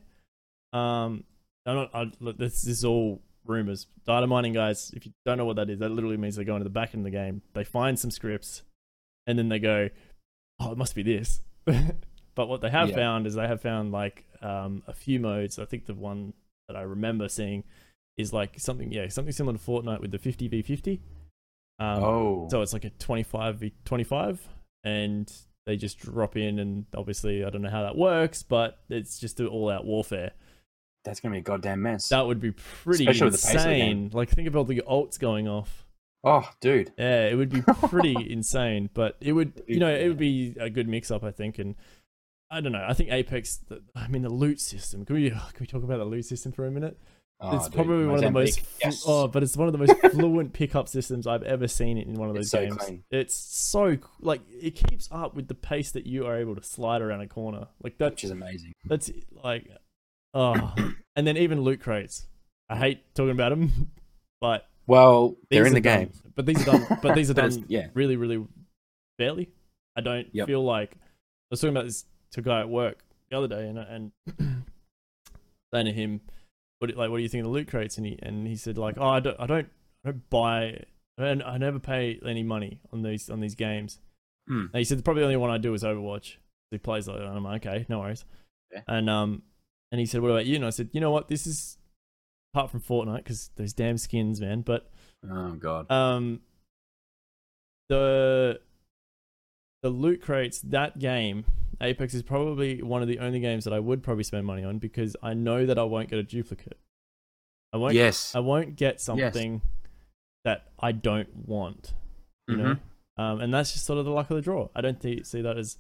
Um, I'm not. I, look, this is all rumors. Data mining, guys. If you don't know what that is, that literally means they go into the back end of the game. They find some scripts, and then they go, "Oh, it must be this." but what they have
Yeah.
found is they have found like um, a few modes. I think the one that I remember seeing is like something, yeah, something similar to Fortnite with the 50 v 50. Um,
oh,
So it's like a 25 v 25, and they just drop in, and obviously I don't know how that works, but it's just an all-out warfare.
that's gonna be a goddamn mess.
That would be pretty
Especially with the pace of the
insane. like think about the alts going off.
oh, dude.
Yeah, it would be pretty insane, but it would, you know, it would be a good mix-up, I think, and. I don't know. I think Apex. The, I mean, the loot system. Can we can we talk about the loot system for a minute?
Oh,
it's
dude,
probably one of the most
Mozambique,
fl-
yes.
oh, but it's one of the most fluent pickup systems I've ever seen in one of those
It's so
games.
clean.
It's so c- like it keeps up with the pace that you are able to slide around a corner. Like that
which is amazing.
that's like oh, and then even loot crates. I hate talking about them, but
Well, they're
these
in the
are
game.
done- But these are done. But these are
That's-
done.
yeah.
really, really fairly. I don't
Yep.
feel like I was talking about this to a guy at work the other day, and and saying to him, "What do- like what do you think of the loot crates?" And he and he said like, "Oh, I don't, I don't, I don't buy." And I never pay any money on these on these games.
Hmm.
And he said probably the only one I do is Overwatch. He plays like that. and I'm like, okay, no worries.
Yeah.
And um, and he said, "What about you?" And I said, "You know what? This is apart from Fortnite because those damn skins, man. But
Oh god.
um the the loot crates that game apex is probably one of the only games that i would probably spend money on because i know that i won't get a duplicate i won't
yes.
i won't get something that i don't want you know
Mhm.
um and that's just sort of the luck of the draw i don't thi- see that as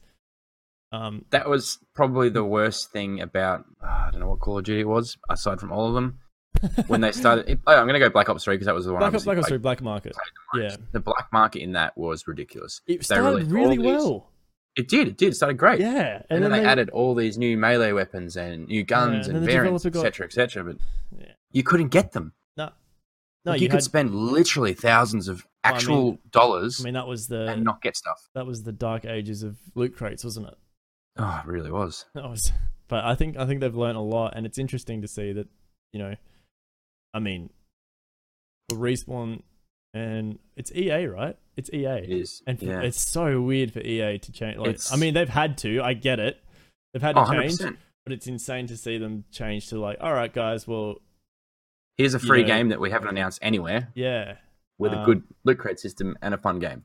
um
That was probably the worst thing about ah, I don't know what Call of Duty was aside from all of them when they started. It, oh, I'm gonna go Black Ops Three because that was the one. I
black ops
obviously
black ops
played.
three black market yeah
The black market in that was ridiculous.
it
They
started
released all
really
these-
well
It did. It did. It started great.
yeah
And, then, they, added all these new melee weapons and new guns and,
and then the
variants,
developer
etc.,
got-
etc. But
Yeah.
you couldn't get them.
no
Like,
you,
you, could
had,
spend literally thousands of
I mean-
actual dollars
i mean that was the
and not get stuff.
that was the dark ages of loot crates, wasn't it?
Oh, it really was.
That was. But I think I think they've learned a lot, and it's interesting to see that you know, I mean, for respawn and it's EA, right? It's EA,
It is.
and for,
yeah.
it's so weird for EA to change. Like, I
It's-
mean, they've had to. I get it. They've had
Oh,
to change,
100%.
but it's insane to see them change to like, all right, guys, well,
Here's a
You
free
know-
game that we haven't announced anywhere
Yeah.
with a
Um,
good loot crate system and a fun game.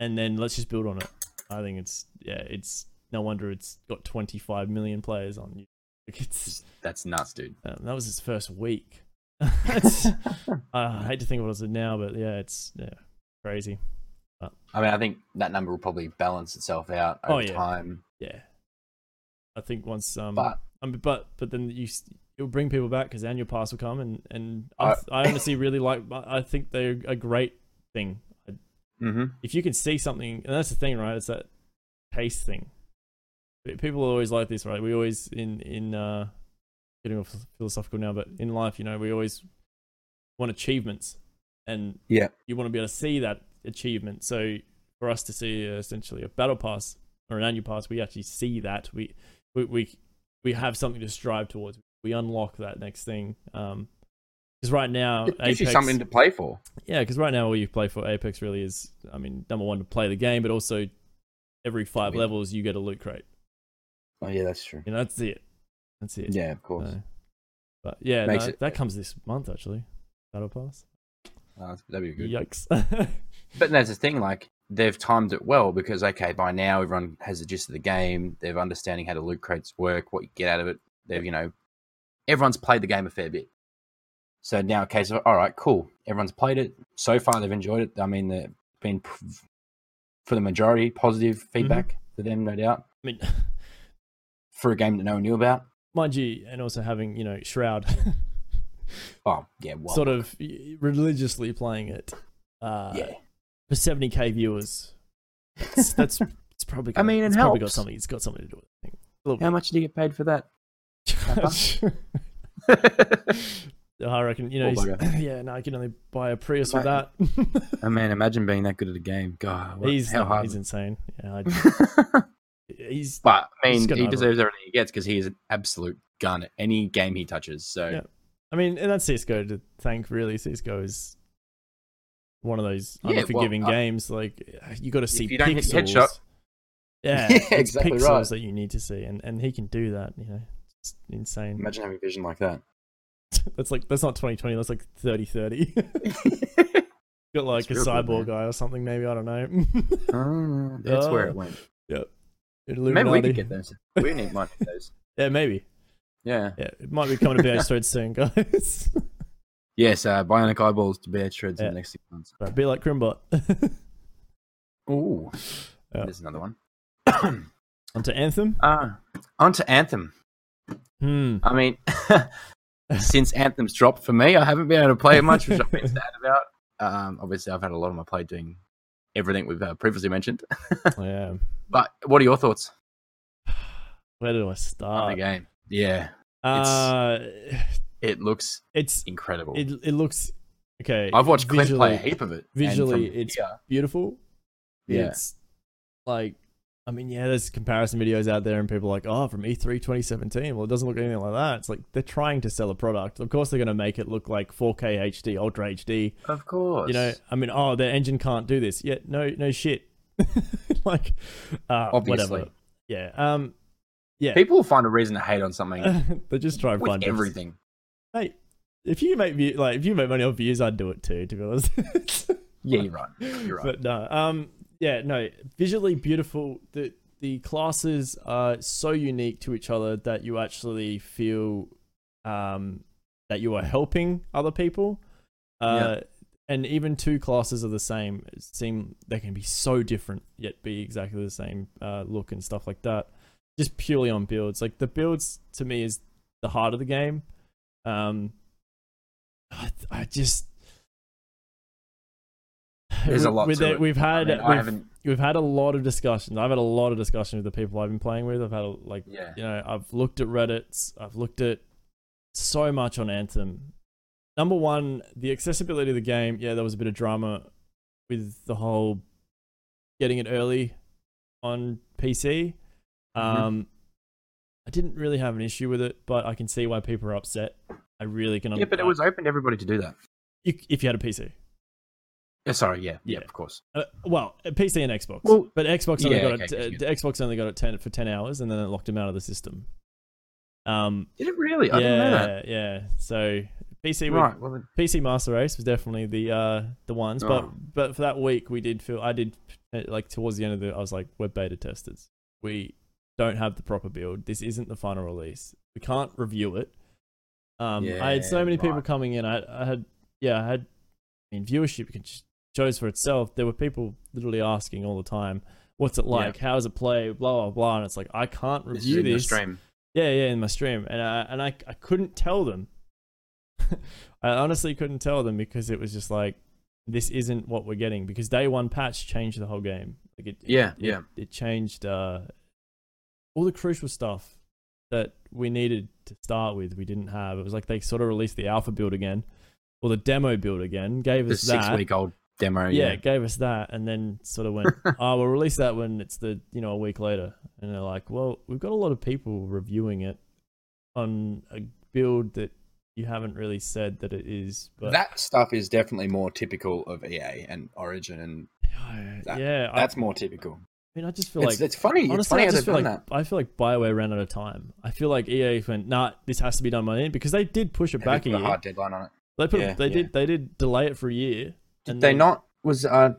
And then let's just build on it. I think it's yeah, it's no wonder it's got 25 million players on you. Like it's
That's nuts, dude.
um, that was his first week. It's- I hate to think about it now, but yeah, it's yeah, crazy.
I mean, I think that number will probably balance itself out
Oh,
over
yeah.
time.
Yeah, I think once um,
But
um, but but then you s- it'll bring people back because annual pass will come, and and I,
I-
th- I honestly really like. I I think they're a great thing.
hmm
If you can see something, and that's the thing, right? It's that pace thing. P- People are always like this, right? We always in in uh, getting off philosophical now, but in life, you know, we always want achievements, and
yeah,
you want to be able to see that achievement. So for us to see uh, essentially a battle pass or an annual pass, we actually see that we we we, we have something to strive towards. We unlock that next thing. Um, because right now,
it gives you
Uh, Apex-
something to play for.
yeah, because right now all you play for Apex really is, I mean, number one to play the game, but also every five
Win.
levels you get a loot crate.
Oh yeah, that's true.
You know, that's it. That's it.
Yeah, of course.
So- but yeah,
Makes
no,
it-
that comes this month actually. Battle pass.
Uh, that'd be good.
Yikes.
But that's the thing, like they've timed it well because okay, by now everyone has the gist of the game, they're understanding how the loot crates work, what you get out of it. They've you know everyone's played the game a fair bit. So now a case of all right, cool. Everyone's played it. So far they've enjoyed it. I mean they've been p- for the majority positive
Mm-hmm.
feedback for them, no doubt.
I mean,
For a game that no one knew about.
mind you, and also having you know Shroud
Oh yeah, well
sort of y- religiously playing it uh,
yeah.
for seventy k viewers. That's, that's it's probably.
I
Got,
mean, it
it's probably got
helps.
something. It's got something to do with it.
How much do you get paid for that?
I think. I reckon you know.
Oh,
he's- yeah, no, I can only buy a Prius with that.
oh man, imagine being that good at a game. God, what,
he's
how hard.
he's insane. Yeah, I, he's
But I
He's
mean,
got
he
another-
deserves everything he gets because he is an absolute gun at any game he touches. So
Yeah. I mean, and that's Cisco to thank. Really, Cisco is one of those
Yeah, well,
unforgiving
I-
games. Like you got to see
you
pixels.
don't hit headshot-
yeah,
Yeah,
it's
exactly
pixels
right.
that you need to see, and, and he can do that. You know, it's insane.
imagine having vision like that.
That's like that's not twenty twenty. That's like thirty thirty. got like
It's
a
real good,
cyborg
man.
guy or something. Maybe I don't know.
Oh, that's where it went. Maybe we
Illuminati.
could get those. We need one of those.
Yeah, maybe.
Yeah.
Yeah, it might be coming to BH Thread soon, guys.
Yes, uh, bionic eyeballs to bear shreds
Yeah.
in the next six months.
but be like Crimbot.
Ooh,
Yeah.
there's another one.
Onto Anthem.
uh, on to Anthem.
Hmm.
I mean, since Anthem's dropped for me, I haven't been able to play it much, which I've been sad about. Um, obviously, I've had a lot of my play doing everything we've uh, previously mentioned.
Yeah.
But what are your thoughts
Where do I
on the
start?
game? Yeah,
Uh,
it looks
it's
incredible.
it, it looks okay.
I've watched Clint
visually,
play a heap of it. and
Visually,
from
it's
here-
beautiful.
Yeah.
It's like, I mean, yeah, there's comparison videos out there, and people are like, oh, from E3 2017. Well, it doesn't look anything like that. It's like they're trying to sell a product. Of course, they're going to make it look like 4K HD, Ultra HD.
of course.
You know, I mean, oh, their engine can't do this. Yeah, no, no shit. like, uh,
Obviously.
whatever. Yeah. Um. Yeah.
people will find a reason to hate on something
they just try and
with
find bugs.
everything.
Mate, if you make view, like if you make money off views, I'd do it too. To be honest,
Yeah, you're right. You're right.
But no, um, yeah, no. Visually beautiful. The the classes are so unique to each other that you actually feel, um, that you are helping other people. Uh, and even two classes are the same seem they can be so different yet be exactly the same uh, look and stuff like that. Just purely on builds. Like the builds to me is the heart of the game. Um, I, I just
There's a lot
With
to
that-
it.
We've
I,
had
mean, I
we've-
haven't.
we've had a lot of discussions. I've had a lot of discussion with the people I've been playing with. I've had a, like
Yeah.
you know I've looked at Reddit's. I've looked at so much on Anthem. Number one, the accessibility of the game. Yeah, there was a bit of drama with the whole getting it early on PC.
Mm-hmm.
Um, I didn't really have an issue with it, but I can see why people are upset. I really can.
Yeah, but it was open to everybody to do that.
you, if you had a PC.
Yeah, sorry. Yeah, yeah.
Yeah.
Of course.
Uh, well, uh, PC and Xbox.
Well,
but Xbox only
yeah,
got
okay,
it, uh,
good.
the Xbox only got it 10, for ten hours, and then it locked him out of the system. Um,
Did it really? I
yeah,
didn't know that.
yeah. So PC we-
right. Well, then-
PC Master Race was definitely the uh the ones,
Oh.
but but for that week we did feel I did uh, like towards the end of the I was like we're beta testers. We don't have the proper build. This isn't the final release. We can't review it. Um, I had so
Yeah,
many people
right.
coming in. I I had yeah I had I mean viewership can ch- shows for itself. There were people literally asking all the time, "What's it like? How does it play?" Blah blah blah. And it's like I can't
this is
review
in your
this.
stream.
Yeah, yeah, in my stream, and I and I, I couldn't tell them. I honestly couldn't tell them because it was just like this isn't what we're getting because day one patch changed the whole game. Like it,
Yeah,
it,
yeah.
it, changed uh, all the crucial stuff that we needed to start with. We didn't have. It was like they sort of released the alpha build again or the demo build again. Gave
The
us that
six-week-old demo.
yeah,
Yeah.
it gave us that, and then sort of went, "Oh, we'll release that when it's the you know a week later." And they're like, "Well, we've got a lot of people reviewing it on a build that you haven't really said that it is." But
that stuff is definitely more typical of
E
EA and Origin, and that-
yeah, I, I
that's more typical.
mean, I just feel
It's,
like
it's funny. it's
honestly,
funny
I
how
just
they've
feel
done
like
that.
I feel like Bioware ran out of time. I feel like EA went, "Nah, this has to be done by then," because they did push it
They
back a
put a
year.
hard deadline on it.
they put,
yeah,
they
yeah.
did, they did delay it for a year.
Did
and
they
then-
not? Was uh,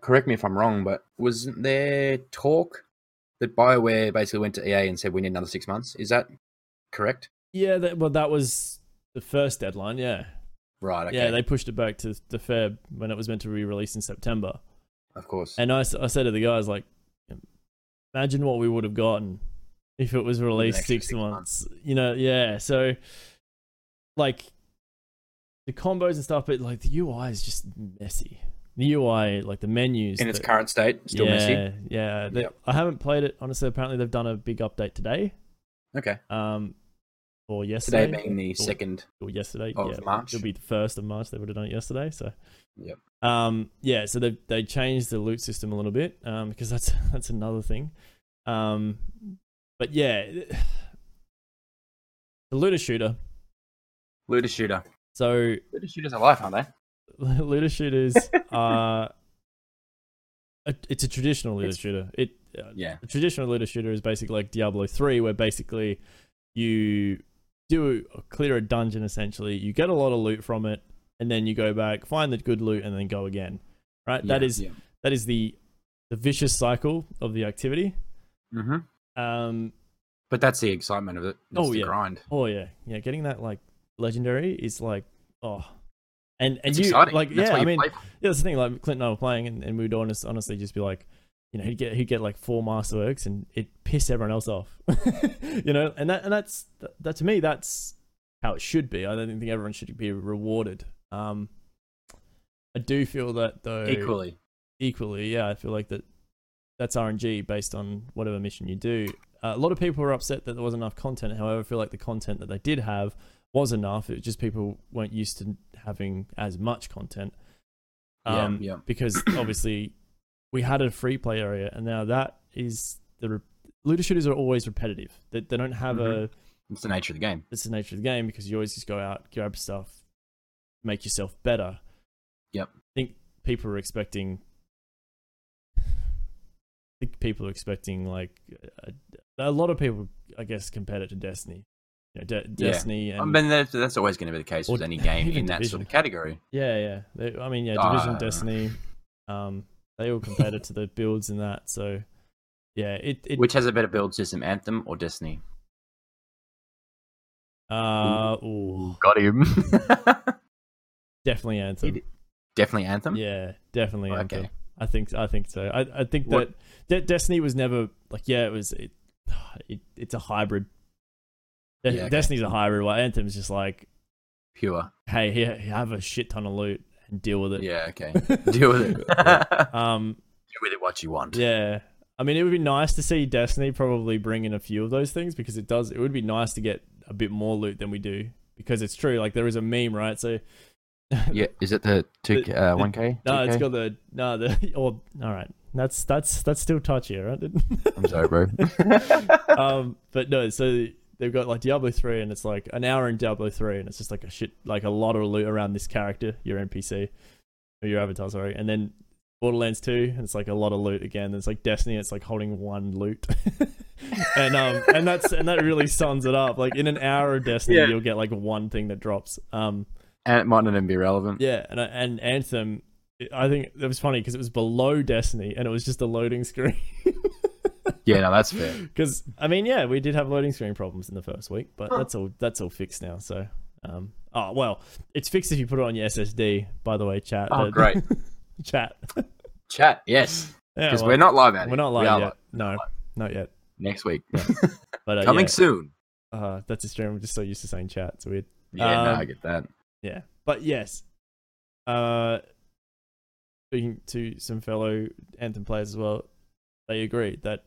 correct me if I'm wrong, but wasn't there talk that Bioware basically went to EA and said we need another six months? Is that correct?
Yeah, that, well, that was the first deadline. Yeah.
Right. Okay.
Yeah, they pushed it back to the Feb when it was meant to be released in September.
of course.
And I, s- I said to the guys, like, imagine what we would have gotten if it was released
extra
six,
six
months. You know, yeah. So, like, the combos and stuff, but like the UI is just messy. The UI, like the menus,
In its
the-
current state, still
yeah,
messy.
Yeah, They-
Yep.
I haven't played it. Honestly, apparently they've done a big update today.
Okay.
Um, or yesterday.
Today being the
or-
second.
or yesterday.
Of
yeah,
March.
It'll be the first of March. They would have done it yesterday. So,
Yep.
Um, yeah. So they they changed the loot system a little bit um, because that's that's another thing. Um, but yeah, the looter shooter.
Looter shooter.
So
Looter shooters are life, aren't they?
looter shooters are. A, it's a traditional looter
It's-
shooter. It uh,
Yeah.
a traditional looter shooter is basically like Diablo 3, where basically you do clear a dungeon essentially, you get a lot of loot from it, and then you go back, find the good loot, and then go again. Right? that
Yeah,
is
yeah.
that is the the vicious cycle of the activity.
Mm-hmm.
Um
But that's the excitement of it. That's
Oh,
the
yeah.
grind.
oh yeah. Yeah, getting that like legendary is like oh and and
It's
you
exciting.
like
That's
yeah,
why
I
you
mean
play
yeah, that's the thing. Like Clint and I were playing, and, and we'd honest, honestly just be like, you know, he'd get he'd get like four masterworks, and it pissed everyone else off, you know. And that and that's that, that to me that's how it should be. I don't think everyone should be rewarded. Um, I do feel that though
equally.
equally, yeah, I feel like that that's RNG based on whatever mission you do. Uh, a lot of people were upset that there wasn't enough content. However, I feel like the content that they did have was enough. It was just people weren't used to having as much content.
Yeah,
Um,
yeah.
Because obviously we had a free play area, and now that is the re- looter shooters are always repetitive. They, they don't have a
It's the nature of the game.
that's the nature of the game because you always just go out, grab stuff, make yourself better.
Yep.
I think people are expecting. I think people are expecting like a, a lot of people, I guess, compared it to Destiny. You know, De- Destiny and
I mean, that's, that's always going to be the case with
Or
any game
even
in that
Division.
sort of category.
yeah, yeah. They, I mean, yeah,
Ah.
Division, Destiny. Um, they all compared it to the builds and that. So, yeah, it it
Which has a better build system, Anthem or Destiny?
uh ooh,
Got him.
definitely Anthem.
Definitely Anthem.
Yeah, definitely.
Okay.
Anthem. I think I think so. I, I think that
What-
De- Destiny was never like yeah, it was it, it it's a hybrid. De-
Yeah, okay.
Destiny's a hybrid. While Anthem's just like
Pure.
hey, here have a shit ton of loot and deal with it.
Yeah, okay. Deal with it. Do
Um.
with it what you want.
Yeah. I mean, it would be nice to see Destiny probably bring in a few of those things because it does. It would be nice to get a bit more loot than we do because it's true. Like there is a meme, right? So
Yeah, is it the two K uh, one K?
no, it's got the no the or all right. That's that's that's still touchy, all right?
I'm sorry, bro.
um, but no, so they've got like Diablo three, and it's like an hour in Diablo three, and it's just like a shit, like a lot of loot around this character, your NPC, or your avatar, sorry, and then Borderlands 2, and it's like a lot of loot again. It's like Destiny, it's like holding one loot. and um and that's and that really sums it up. Like in an hour of Destiny,
Yeah.
you'll get like one thing that drops. Um
and it might not even be relevant.
yeah, and and Anthem, I think it was funny because it was below Destiny and it was just a loading screen.
Yeah, no, that's fair.
Because I mean, yeah, we did have loading screen problems in the first week, but that's all that's all fixed now. So, um, oh well, it's fixed if you put it on your SSD. By the way, chat.
Oh,
But-
great.
chat.
Chat, yes,
Yeah,
because
well,
we're not live at it.
we're not
We
live
are
yet.
live
no, not yet.
next week.
But uh,
Coming
yeah,
soon.
uh, that's a stream. I'm just so used to saying chat. It's weird.
Yeah, no,
Um,
I get that.
Yeah, but yes. Uh, speaking to some fellow Anthem players as well, they agree that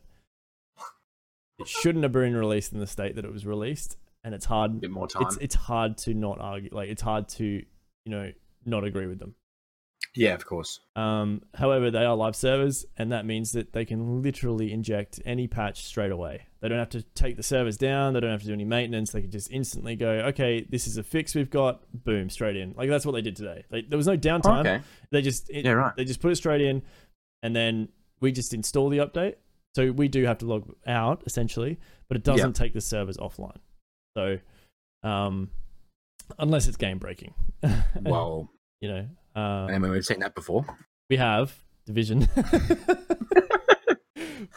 it shouldn't have been released in the state that it was released, and it's hard.
bit more time.
It's it's hard to not argue. Like it's hard to you know not agree with them.
yeah, of course.
Um, however, they are live servers, and that means that they can literally inject any patch straight away. They don't have to take the servers down. They don't have to do any maintenance. They can just instantly go, okay, this is a fix we've got. Boom, straight in. Like that's what they did today. They, there was no downtime.
Okay.
They just it,
Yeah, right.
they just put it straight in, and then we just install the update. So we do have to log out essentially, but it doesn't take the servers offline. So, um, unless it's game breaking,
Well,
you know. Um,
I mean, we've seen that before.
we have division.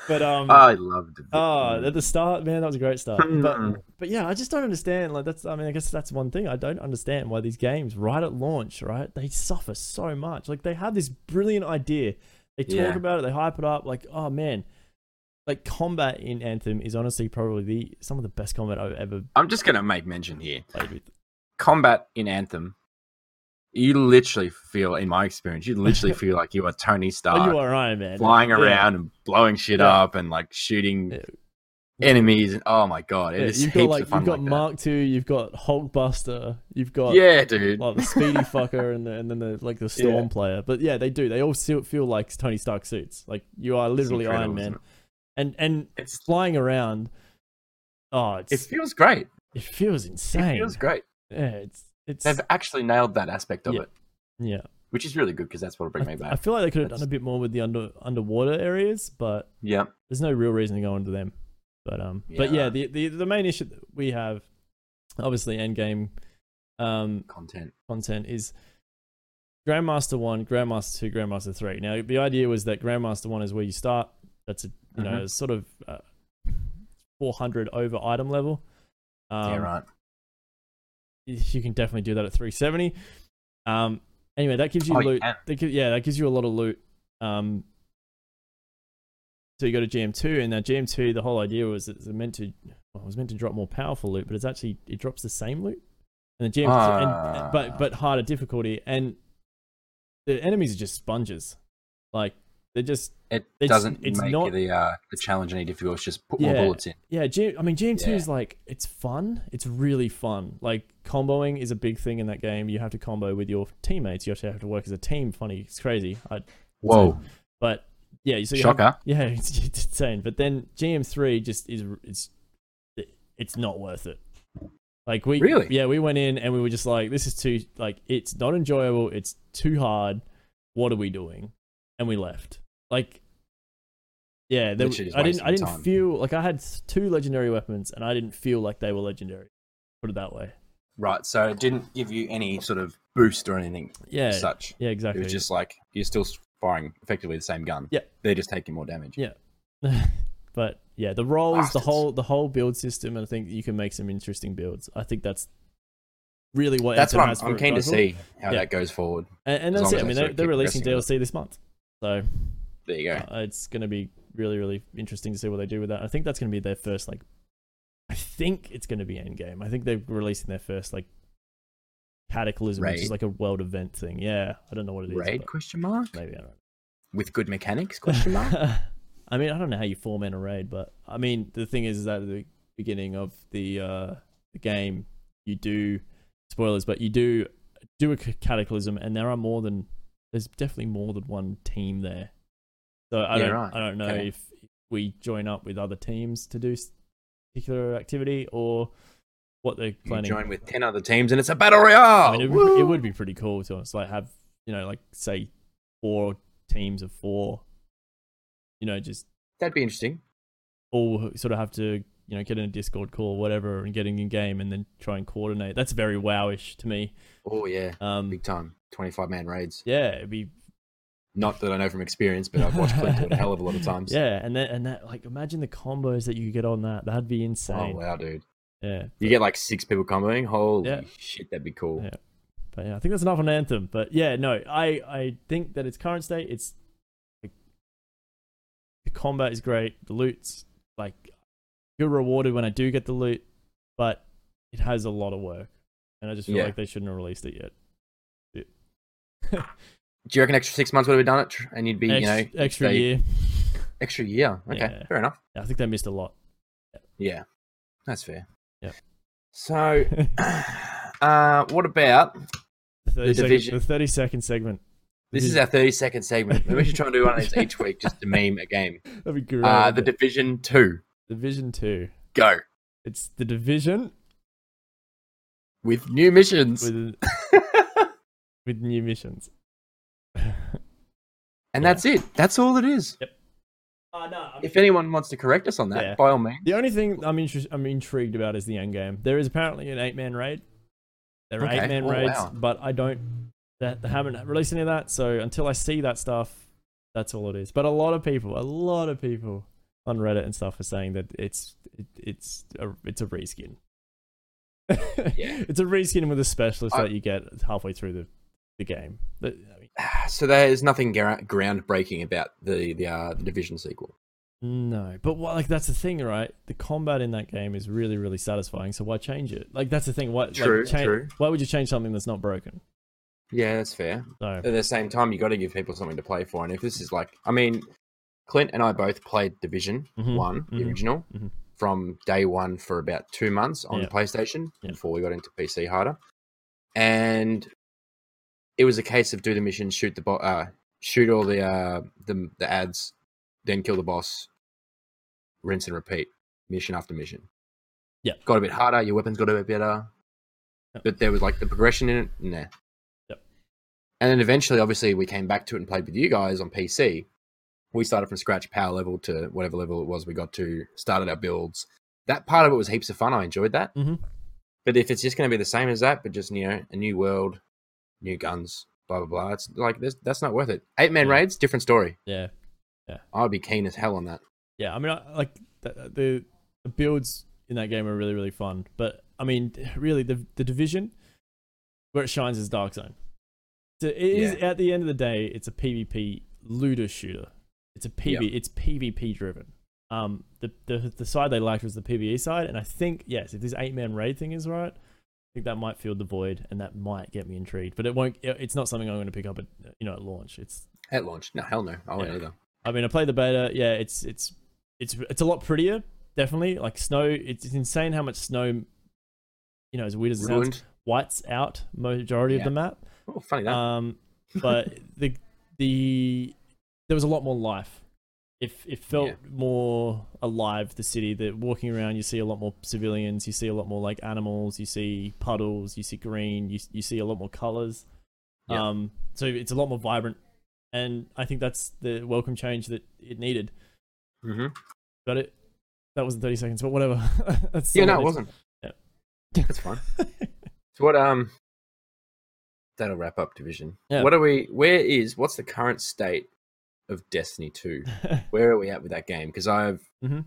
but um
I loved it.
oh, at the start, man, that was a great start. But
Mm.
but yeah, I just don't understand. Like that's I mean, I guess that's one thing. I don't understand why these games right at launch, right? They suffer so much. Like they have this brilliant idea. They talk
Yeah.
about it, they hype it up, like, oh man. Like combat in Anthem is honestly probably the some of the best combat I've ever
I'm just gonna make mention here.
played with.
combat in Anthem, you literally feel, in my experience, you literally feel like you are Tony
Oh, you
Stark
are Iron Man.
Uh, flying
Yeah.
around and blowing shit
Yeah.
up and like shooting
Yeah.
enemies. And oh my god,
Yeah,
it's
you've
heaps
got like
of fun.
you've got
like that.
Mark Two, you've got Hulkbuster, you've got
yeah, dude.
like the speedy fucker and the, and then the like the storm player. But yeah, they do. They all still feel like Tony Stark suits. Like you are literally Iron
incredible,
Man,
isn't
and and
It's,
flying around. Oh, it's,
it feels great.
it feels
It
insane.
feels great.
yeah, it's it's
They've actually nailed that aspect of
Yeah.
it,
yeah.
which is really good because that's what'll bring me
I,
back.
I feel like they could have done
That's-
a bit more with the under underwater areas, but
yeah,
there's no real reason to go into them. But um, but yeah,
Yeah.
the, the the main issue that we have, obviously, Endgame, um,
content.
content is Grandmaster One, Grandmaster Two, Grandmaster Three. Now the idea was that Grandmaster One is where you start. That's a you know
Mhm.
sort of uh, 400 over item level. Um,
yeah, right.
You can definitely do that at 370. Um, anyway, that gives you
Oh, you
loot.
can.
that gi- yeah, that gives you a lot of loot. Um, so you go to GM2, and now GM2, the whole idea was it's meant to well, it was meant to drop more powerful loot, but it's actually it drops the same loot. And the GM, and,
Ah.
but but harder difficulty, and the enemies are just sponges. Like they're just
It
it's-
doesn't
it's
make
not-
the uh, the challenge any difficult. It's just put
Yeah.
more bullets in.
yeah. G, I mean GM2
Yeah.
is like it's fun. It's really fun. Like comboing is a big thing in that game. You have to combo with your teammates. You have to have to work as a team. Funny, it's crazy. I,
Whoa,
but yeah, so you have-
shocker!
Yeah, it's, it's insane. But then GM three just is it's it's not worth it. Like we
Really?
yeah we went in and we were just like this is too like it's not enjoyable. It's too hard. What are we doing? And we left. Like yeah, there,
Literally just
I didn't
wasting
I didn't
time.
feel like I had two legendary weapons and I didn't feel like they were legendary. Put it that way.
Right, so it didn't give you any sort of boost or anything.
Yeah.
such.
yeah,
It
exactly.
was just like you're still firing effectively the same gun.
Yeah.
they're just taking more damage.
Yeah. but yeah, the roles, the
Bastards.
whole the whole build system, and I think you can make some interesting builds. I think that's really what
that's
Anthem
what I'm,
has
I'm
for-
keen to
for-
see how
Yeah.
that goes forward.
And, and
as long
that's it. I
as
mean,
they
they're,
sort of
they're
keep
releasing DLC
progressing
this month, so
There you go.
uh, it's going to be really really interesting to see what they do with that. I think that's going to be their first like. I think it's going to be Endgame. I think they're releasing their first like cataclysm, which is
Raid.
like a world event thing. Yeah, I don't know what it is.
Raid
but
question mark
Maybe I don't. know.
with good mechanics question mark.
I mean, I don't know how you form in a raid, but I mean, the thing is, is that at the beginning of the uh, the game, you do spoilers, but you do do a c- cataclysm, and there are more than there's definitely more than one team there. So I
Yeah,
don't
right.
I don't know
Okay.
if we join up with other teams to do s- particular activity or what they're
you
planning.
join with ten other teams and it's a battle royale.
I mean, it, would-
Woo!
it would be pretty cool to us. Like have you know, like say four teams of four. You know, just
That'd be interesting.
all who sort of have to you know get in a Discord call or whatever and getting in game and then try and coordinate. That's very wowish to me.
Oh yeah,
Um,
big time. Twenty-five man raids.
yeah, it'd be
Not that I know from experience, but I've watched Clint do it a hell of a lot of times.
Yeah, and that and that like imagine the combos that you could get on that. That'd be
Oh
insane.
wow, dude.
Yeah,
You get like six people comboing. Holy
Yeah.
shit, that'd be cool.
Yeah. but yeah, I think that's enough on Anthem. But yeah, no, I I think that its current state, it's like the combat is great, the loot's like you're rewarded when I do get the loot, but it has a lot of work, and I just feel
Yeah.
like they shouldn't have released it yet.
Do you reckon extra six months would have done it, tr- and you'd be, you know,
Ex- extra
they-
year,
extra year? Okay,
Yeah.
fair enough.
I think they missed a lot.
Yeah, that's fair.
Yeah.
So,
the,
uh, what about
30 second-
Division.
the thirty second segment.
this? Is our thirty-second segment? Maybe we should try and do one of these each week just to meme a game.
That'd be great.
Uh, the Division Two.
Division two.
Go
It's the division
with new missions,
with with new missions.
and that's it. That's all it is.
Uh, no, I mean,
If anyone wants to correct us on that,
Yeah.
by all means.
the only thing I'm inter- I'm intrigued about is the end game. There is apparently an eight man raid. There are
Okay.
eight man
Oh,
raids,
wow.
but I don't. That they haven't released any of that. So until I see that stuff, that's all it is. But a lot of people, a lot of people on Reddit and stuff are saying that it's it, it's a it's a reskin.
Yeah.
it's a reskin with a specialist
I-
that you get halfway through the the game. But, I mean,
So there's nothing gar- groundbreaking about the the, uh, the Division sequel.
No, but what, like that's the thing, right? The combat in that game is really, really satisfying. So why change it? Like that's the thing. Why,
True,
like, cha-
true.
Why would you change something that's not broken?
Yeah, that's fair.
So
At the same time, you got to give people something to play for. And if this is like, I mean, Clint and I both played Division
Mhm,
One, the
mhm,
original,
mhm.
from day one for about two months on
Yeah.
PlayStation
Yeah.
before we got into PC harder. And it was a case of do the mission, shoot the bo- uh, shoot all the, uh, the the ads, then kill the boss, rinse and repeat, mission after mission.
Yeah.
got a bit harder. Your weapons got a bit better,
Yeah.
but there was like the progression in it. Nah. And then eventually, obviously, we came back to it and played with you guys on PC. We started from scratch, power level to whatever level it was we got to, started our builds. That part of it was heaps of fun. I enjoyed that.
Mhm.
But if it's just going to be the same as that, but just, you know, a new world, new guns, blah, blah, blah, it's like, this, that's not worth it. Eight man
Yeah.
raids, different story.
yeah,
I'd be keen as hell on that.
yeah. I mean, I, like the, the the builds in that game are really, really fun. But I mean, really, the the division where it shines is Dark Zone. So it is at the end of the day, it's a PvP looter shooter. It's a PV. It's PvP driven. Um, the, the the side they liked was the PVE side, and I think yes, if this eight man raid thing is right, I think that might fill the void, and that might get me intrigued. But it won't. it- It's not something I'm going to pick up at you know at launch. It's
At launch. No, hell no. I won't
Yeah.
either.
I mean, I played the beta. Yeah, it's it's it's it's a lot prettier, definitely. Like snow, it's, it's insane how much snow, you know, as weird as it sounds,
Ruined.
whites out majority of
Yeah.
the map.
Oh, funny that.
Um, but the the there was a lot more life. It it felt
Yeah.
more alive. The city that walking around, you see a lot more civilians. You see a lot more like animals. You see puddles. You see green. You you see a lot more colors.
Yeah.
Um, so it's a lot more vibrant, and I think that's the welcome change that it needed.
hmm
But it that wasn't thirty seconds, but whatever. that's
Yeah, no,
all
it
is.
wasn't.
Yeah.
That's fine. So what um that'll wrap up division.
Yeah.
What are we where is what's the current state of Destiny 2? Where are we at with that game? Because I've
Mhm.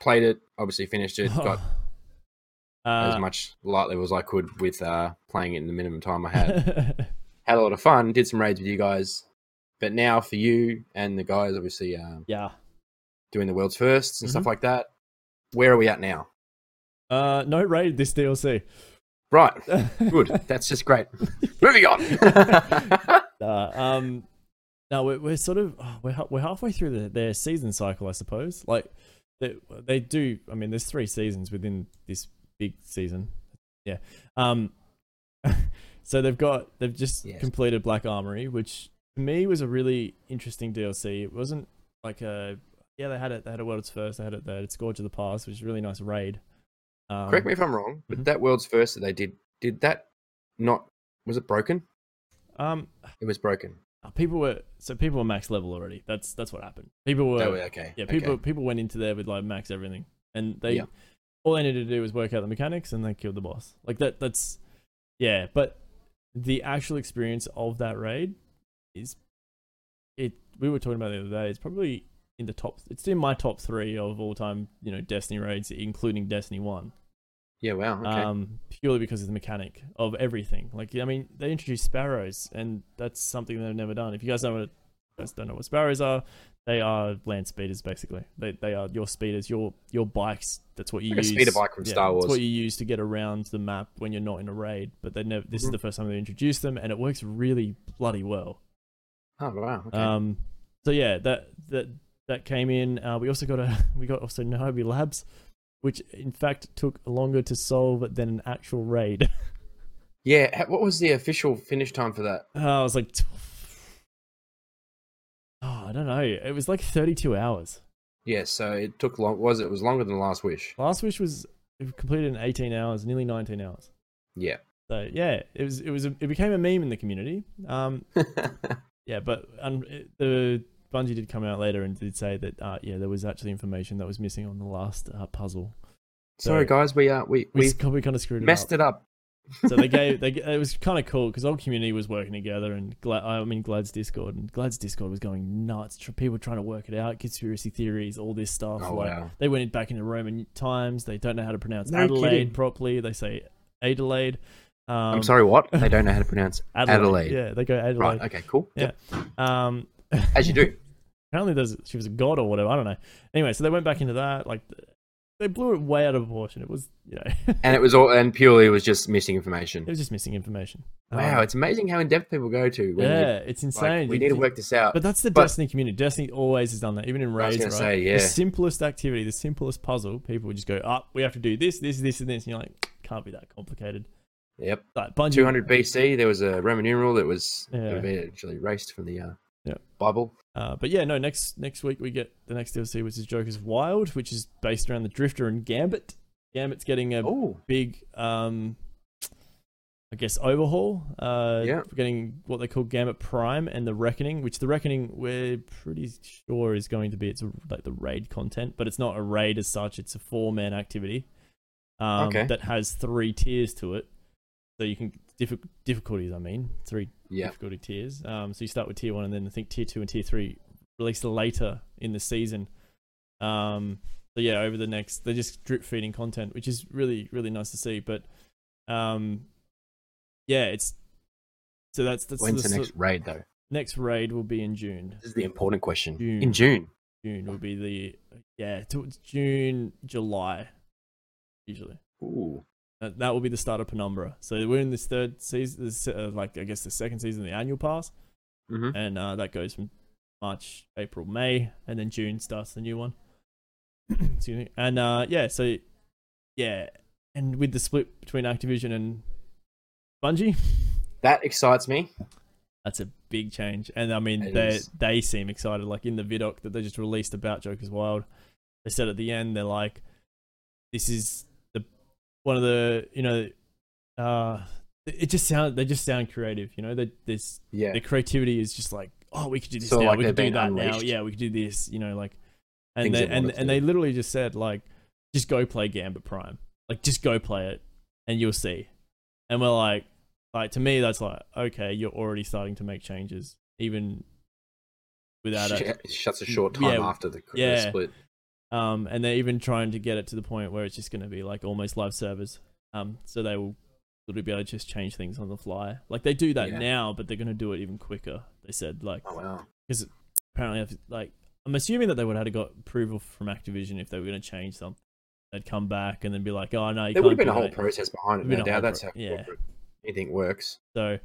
played it, obviously finished it, got as
Oh, Uh,
much light level as I could with uh playing it in the minimum time I had. had a lot of fun, did some raids with you guys. But now for you and the guys obviously um
yeah.
doing the world's firsts and
Mm-hmm.
stuff like that, where are we at now?
Uh, no raid this DLC.
Right. Good. That's just great. Moving on.
Nah, um, no, we're, we're sort of oh, we're ha- we're halfway through the, their season cycle, I suppose. Like they they do. I mean, there's three seasons within this big season. Yeah. Um. so they've got they've just
Yes.
completed Black Armory, which to me was a really interesting DLC. It wasn't like a yeah they had it they had a world's first they had it they had Scourge of the Past, which is a really nice raid. Um,
Correct me if I'm wrong, but
mhm.
that world's first that they did, did that not was it broken?
Um,
It was broken.
Uh, people were so people were max level already. That's that's what happened. People were
Oh,
That way, okay.
yeah.
okay.
People people went into there with like max everything, and they
Yeah.
all they needed to do was work out the mechanics, and they killed the boss. Like that. That's yeah. But the actual experience of that raid is it. We were talking about it the other day. It's probably in the top. It's in my top three of all time. You know, Destiny raids, including Destiny One
Yeah. Wow. Okay.
um, purely because of the mechanic of everything. Like, I mean, they introduced sparrows, and that's something they've never done. If you guys don't know what, you guys don't know what sparrows are, they are land speeders, basically. They, they are your speeders, your your bikes. That's what you
Like a
use.
speeder bike from Star
That's
Wars.
what you use to get around the map when you're not in a raid. But they never. This is
Mhm.
the first time they introduced them, and it works really bloody well.
oh wow. Okay.
Um, so yeah, that that that came in. Uh, we also got a we got also Nahobi Labs, which in fact took longer to solve than an actual raid.
yeah. ha- What was the official finish time for that?
Uh, I was like, t- oh, I don't know. It was like thirty-two hours.
Yeah. So it took long. Was it, it was longer than Last Wish?
Last wish was it completed in eighteen hours, nearly nineteen hours.
Yeah.
So yeah, it was it was a, it became a meme in the community. Um, yeah, but um, it- the Bungie did come out later and did say that uh, yeah, there was actually information that was missing on the last uh, puzzle.
Sorry, guys. We uh we
We
we
s- we kind of screwed it up.
messed it up.
So they gave they it was kind of cool because whole community was working together and Glad, I mean Glad's Discord and Glad's Discord was going nuts. Tr- People were trying to work it out, conspiracy theories, all this stuff.
Oh,
like,
wow.
They went in- back into Roman times. They don't know how to pronounce
No
Adelaide
kidding.
properly. They say Adelaide. Um,
I'm sorry. What? They don't know how to pronounce
Adelaide.
Adelaide.
Yeah, they go Adelaide.
Right. Okay. Cool.
Yeah. Um,
As you do.
apparently there's she was a god or whatever. I don't know. Anyway, so they went back into that. Like they blew it way out of proportion. It was you know it
And it was all and purely it was just missing information.
was just missing information.
Wow,
Um,
it's amazing how in depth people go to. When
yeah,
they-
it's
like,
insane.
we
You-
need to
you-
work this out.
But that's the
Uh, But-
Destiny community. Destiny always has done that, even in
I was
raids,
going
right?
to say, yeah,
The simplest activity, the simplest puzzle, people would just go, "Up, we have to do this, this, this, and this," and you're like, "Can't be that complicated."
yep.
Like Bungie, uh,
200 BC, there was a Roman numeral that was
Yeah.
eventually erased from the uh,
Yep.
Bible.
Uh, but yeah, no. Next next week we get the next DLC, which is Joker's Wild, which is based around the Drifter and Gambit. Gambit's getting a
Oh,
big, um, I guess, overhaul. Uh,
Yeah.
we're getting what they call Gambit Prime and the Reckoning, which the Reckoning we're pretty sure is going to be it's a, like the raid content, but it's not a raid as such. It's a four man activity um,
Okay.
that has three tiers to it, so you can diffi- difficulties. I mean, three
yeah.
difficulty tiers. Um, so you start with tier one, and then I think tier two and tier three released later in the season. Um, so yeah, over the next, they're just drip feeding content, which is really really nice to see. But um, yeah, it's so that's that's
When's the
sort-
next raid, though?
next raid will be in June.
This is the important question.
June.
In June.
June will be the yeah t- it's June July usually.
Ooh.
That, that will be the start of Penumbra. So we're in this third season, this, uh, like I guess the second season of the annual pass.
hmm
and uh, that goes from March, April, May, and then June starts the new one. Excuse me. And uh, yeah, so yeah, and with the split between Activision and Bungie,
That excites me.
that's a big change. And I mean,
It
they
is.
they seem excited. Like in the vidoc that they just released about Joker's Wild, they said at the end they're like, "This is the one of the you know, uh, it just sound they just sound creative. You know, they this
Yeah.
the creativity is just like, oh, we could do this
Sort of
now,
like
we could
they're
do
being
that now,
unleashed.
yeah, we could do this, you know, like, and
Things they
they,
wanna
and and
do.
they literally just said like, just go play Gambit Prime, like just go play it, and you'll see. And we're like, like to me, that's like, okay, you're already starting to make changes, even without
Sh-
it.
it shuts a short time
Yeah.
after the, the
Yeah.
split.
Um, and they're even trying to get it to the point where it's just going to be like almost live servers. Um, so they will literally be able to just change things on the fly. Like they do that
Yeah.
now, but they're going to do it even quicker. They said like
Oh, wow.
apparently I've- like I'm assuming that they would have got approval from Activision if they were going to change something. They'd come back and then be like, "Oh no, you
There
can't
would have been
do
a whole
that."
process behind it. No
Would've been a whole
doubt that's
pro-
how
yeah.
corporate anything works.
So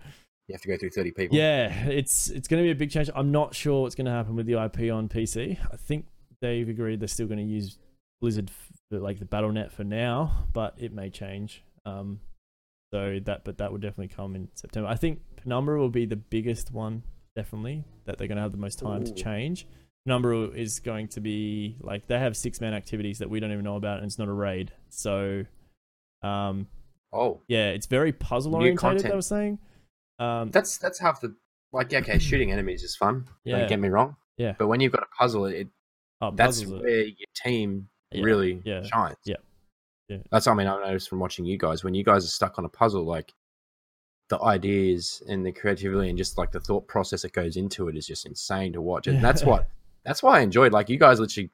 You have to go through 30 people.
yeah, it's it's going to be a big change. I'm not sure what's going to happen with the IP on PC. I think they've agreed they're still going to use Blizzard f- for, like the BattleNet for now, but it may change. Um, so that but that will definitely come in September. I think Penumbra will be the biggest one, definitely that they're going to have the most time to
Ooh.
change. Penumbra is going to be like they have six man activities that we don't even know about, and it's not a raid. So, um,
Oh,
yeah, it's very puzzle
New
oriented. I
content.
was saying. Um,
that's that's half the
like okay, shooting enemies is fun.
Yeah.
Don't get me wrong.
Yeah.
But when you've got a puzzle, it
Oh,
that's
puzzles are-
where your team
Yeah,
really
yeah,
shines.
yeah, yeah.
That's what I mean. I noticed from watching you guys when you guys are stuck on a puzzle, like the ideas and the creativity and just like the thought process that goes into it is just insane to watch. And that's
Yeah.
what that's why I enjoyed. Like you guys literally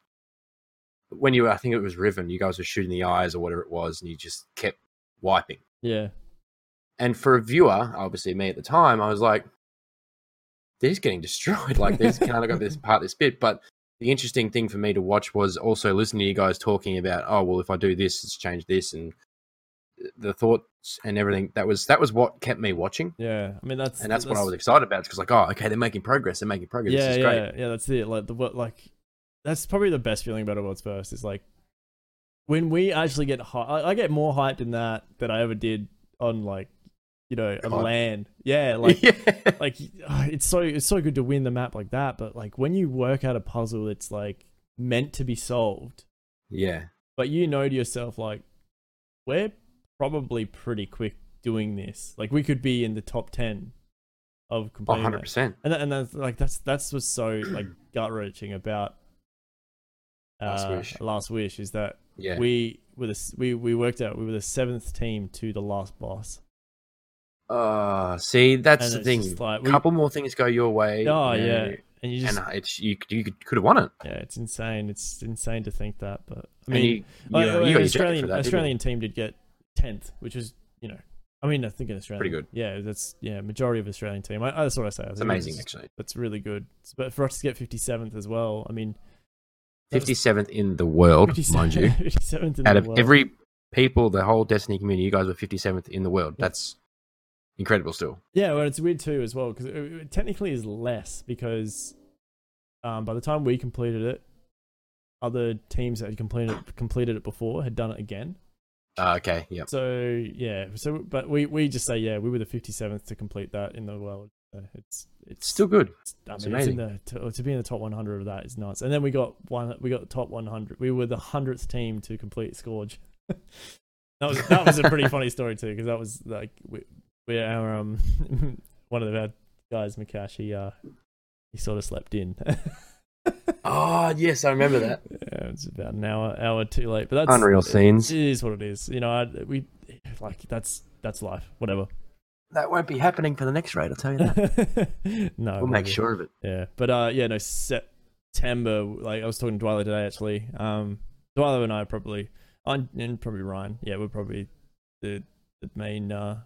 when you were, I think it was Riven, you guys were shooting the eyes or whatever it was, and you just kept wiping.
yeah.
And for a viewer, obviously me at the time, I was like, they're just getting destroyed. Like, they just kind of got this part, this bit. But the interesting thing for me to watch was also listening to you guys talking about, oh, well, if I do this, it's changed this, and the thoughts and everything. That was that was what kept me watching,
Yeah, I mean that's
and that's, what I was excited about. Because like, oh, okay, they're making progress. They're making progress.
yeah,
this is
yeah,
great.
yeah. That's it. Like the what, like that's probably the best feeling about a world's first is like when we actually get hyped. I, I get more hyped in that than I ever did on like you know a
Con.
land. Yeah, like
yeah.
like ah, it's so it's so good to win the map like that. But like when you work out a puzzle that's like meant to be solved,
yeah,
but you know to yourself like we're probably pretty quick doing this. Like we could be in the top ten of
Oh,
completing.
100
that
percent.
and that, and that's like that's that's what's so like gut wrenching about uh,
Last Wish.
Last Wish is that
Yeah,
we were the s- we we worked out we were the seventh team to the last boss.
uh, see, that's
And
the
it's
thing.
just like
A
we-
couple more things go your way.
Oh
you
yeah,
know,
and you just
and it's you you could have won it.
yeah, it's insane. It's insane to think that, but I
And
mean,
you, you,
like,
know,
like,
you got your
an
jacket
Australian
for that. didn't you?
Australian team did get tenth, which is you know, I mean, I think an Australian
good.
Yeah, that's yeah, majority of Australian team. I, that's what I say. I
It's
think
amazing,
that's-
actually.
That's really good. But for us to get fifty seventh as well, I mean, that was-
57th in the world, Oh, mind you.
57th in
Out
the
of
world.
every people, the whole Destiny community, you guys were 57th in the world.
Yeah.
That's incredible still.
Yeah, well, it's weird too as well because it, it technically is less because um, by the time we completed it, other teams that had completed it, completed it before had done it again.
Uh, okay, yep.
So yeah, so but we, we just say yeah, we were the fifty seventh to complete that in the world. So it's
It's
it's
still good.
it's, I
it's
mean, it's in the, to, to be in the top one hundred of that is nuts. And then we got one, we got the top one hundred. We were the hundredth team to complete Scourge. that was that was a pretty funny story too, because that was like we, we our um one of our guys, Makash, he uh he sort of slept in.
Oh, yes, I remember that.
Yeah, it's about an hour hour too late, but that's
Unreal
It
scenes.
is what it is. You know, I, we like that's that's life. Whatever.
That won't be happening for the next raid, I'll tell you
no,
that. We'll make
whatever.
sure of it.
Yeah, but uh, yeah, no September. Like I was talking to Dwyler today, actually. Um, Dwyler and I are probably, I'm- and probably Ryan. Yeah, we're probably the the main uh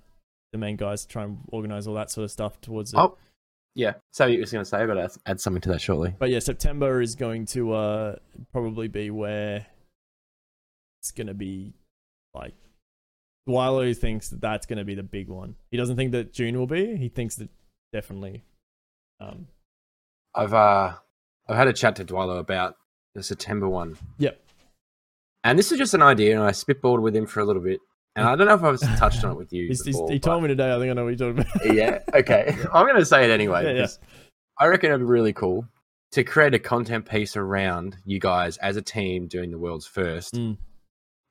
the main guys to try and organize all that sort of stuff towards it.
Oh. Yeah, so you was going to say, I've got to add something to that shortly.
But yeah, September is going to uh probably be where it's gonna be like Dwylo thinks that that's gonna be the big one. He doesn't think that June will be. He thinks that definitely. Um,
I've uh, I've had a chat to Dwylo about the September one.
Yep.
And this is just an idea, and I spitballed with him for a little bit. And I don't know if I've touched on it with you.
he's, he's,
before,
he
but-
told me today. I think I know what you're talking about.
yeah. Okay. I'm going to say it anyway.
Yeah, yeah.
because I reckon it'd be really cool to create a content piece around you guys as a team doing the world's first
Mm.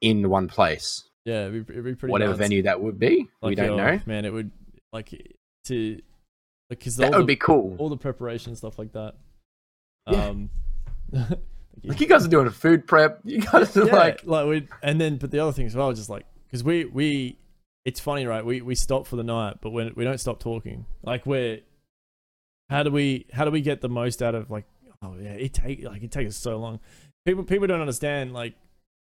in one place,
Yeah, it'd be, it'd be pretty.
whatever
nuts.
venue that would be. we
Like,
don't
oh,
know.
man. It would like to because
That
all,
would
the,
be cool.
all the preparation and stuff like that.
Yeah.
Um,
Like you guys are doing a food prep. You guys are
yeah,
like,
like like we and then but the other thing as well, just like because we we it's funny right we we stop for the night, but when we don't stop talking, like we're how do we how do we get the most out of like oh yeah it take like it takes us so long. People people don't understand like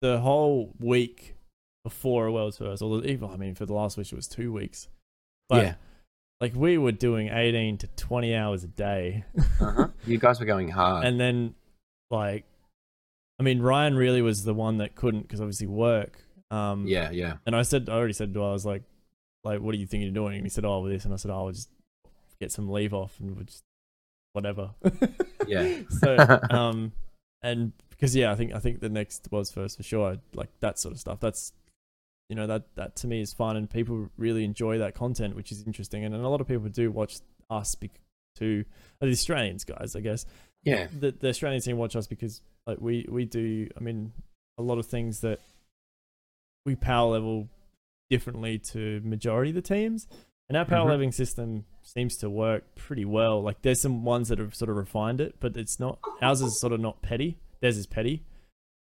the whole week before a world's first, or even I mean for the last wish it was two weeks, but
yeah.
like we were doing eighteen to twenty hours a day
Uh-huh. You guys were going hard.
and then like i mean ryan really was the one that couldn't because obviously work um
yeah, yeah.
and i said i already said to him, i was like like what do you think you're doing and he said oh this and i said oh, i'll just get some leave off and we'll just whatever
Yeah.
so um and because yeah i think i think the next was first for sure like that sort of stuff that's you know that that to me is fun and people really enjoy that content which is interesting and, and a lot of people do watch us bec- to the australians guys i guess
Yeah.
the, the Australian team watch us because like we we do I mean a lot of things that we power level differently to majority of the teams And our power
Mhm.
leveling system seems to work pretty well. Like there's some ones that have sort of refined it, but it's not ours is sort of not petty. Theirs is petty.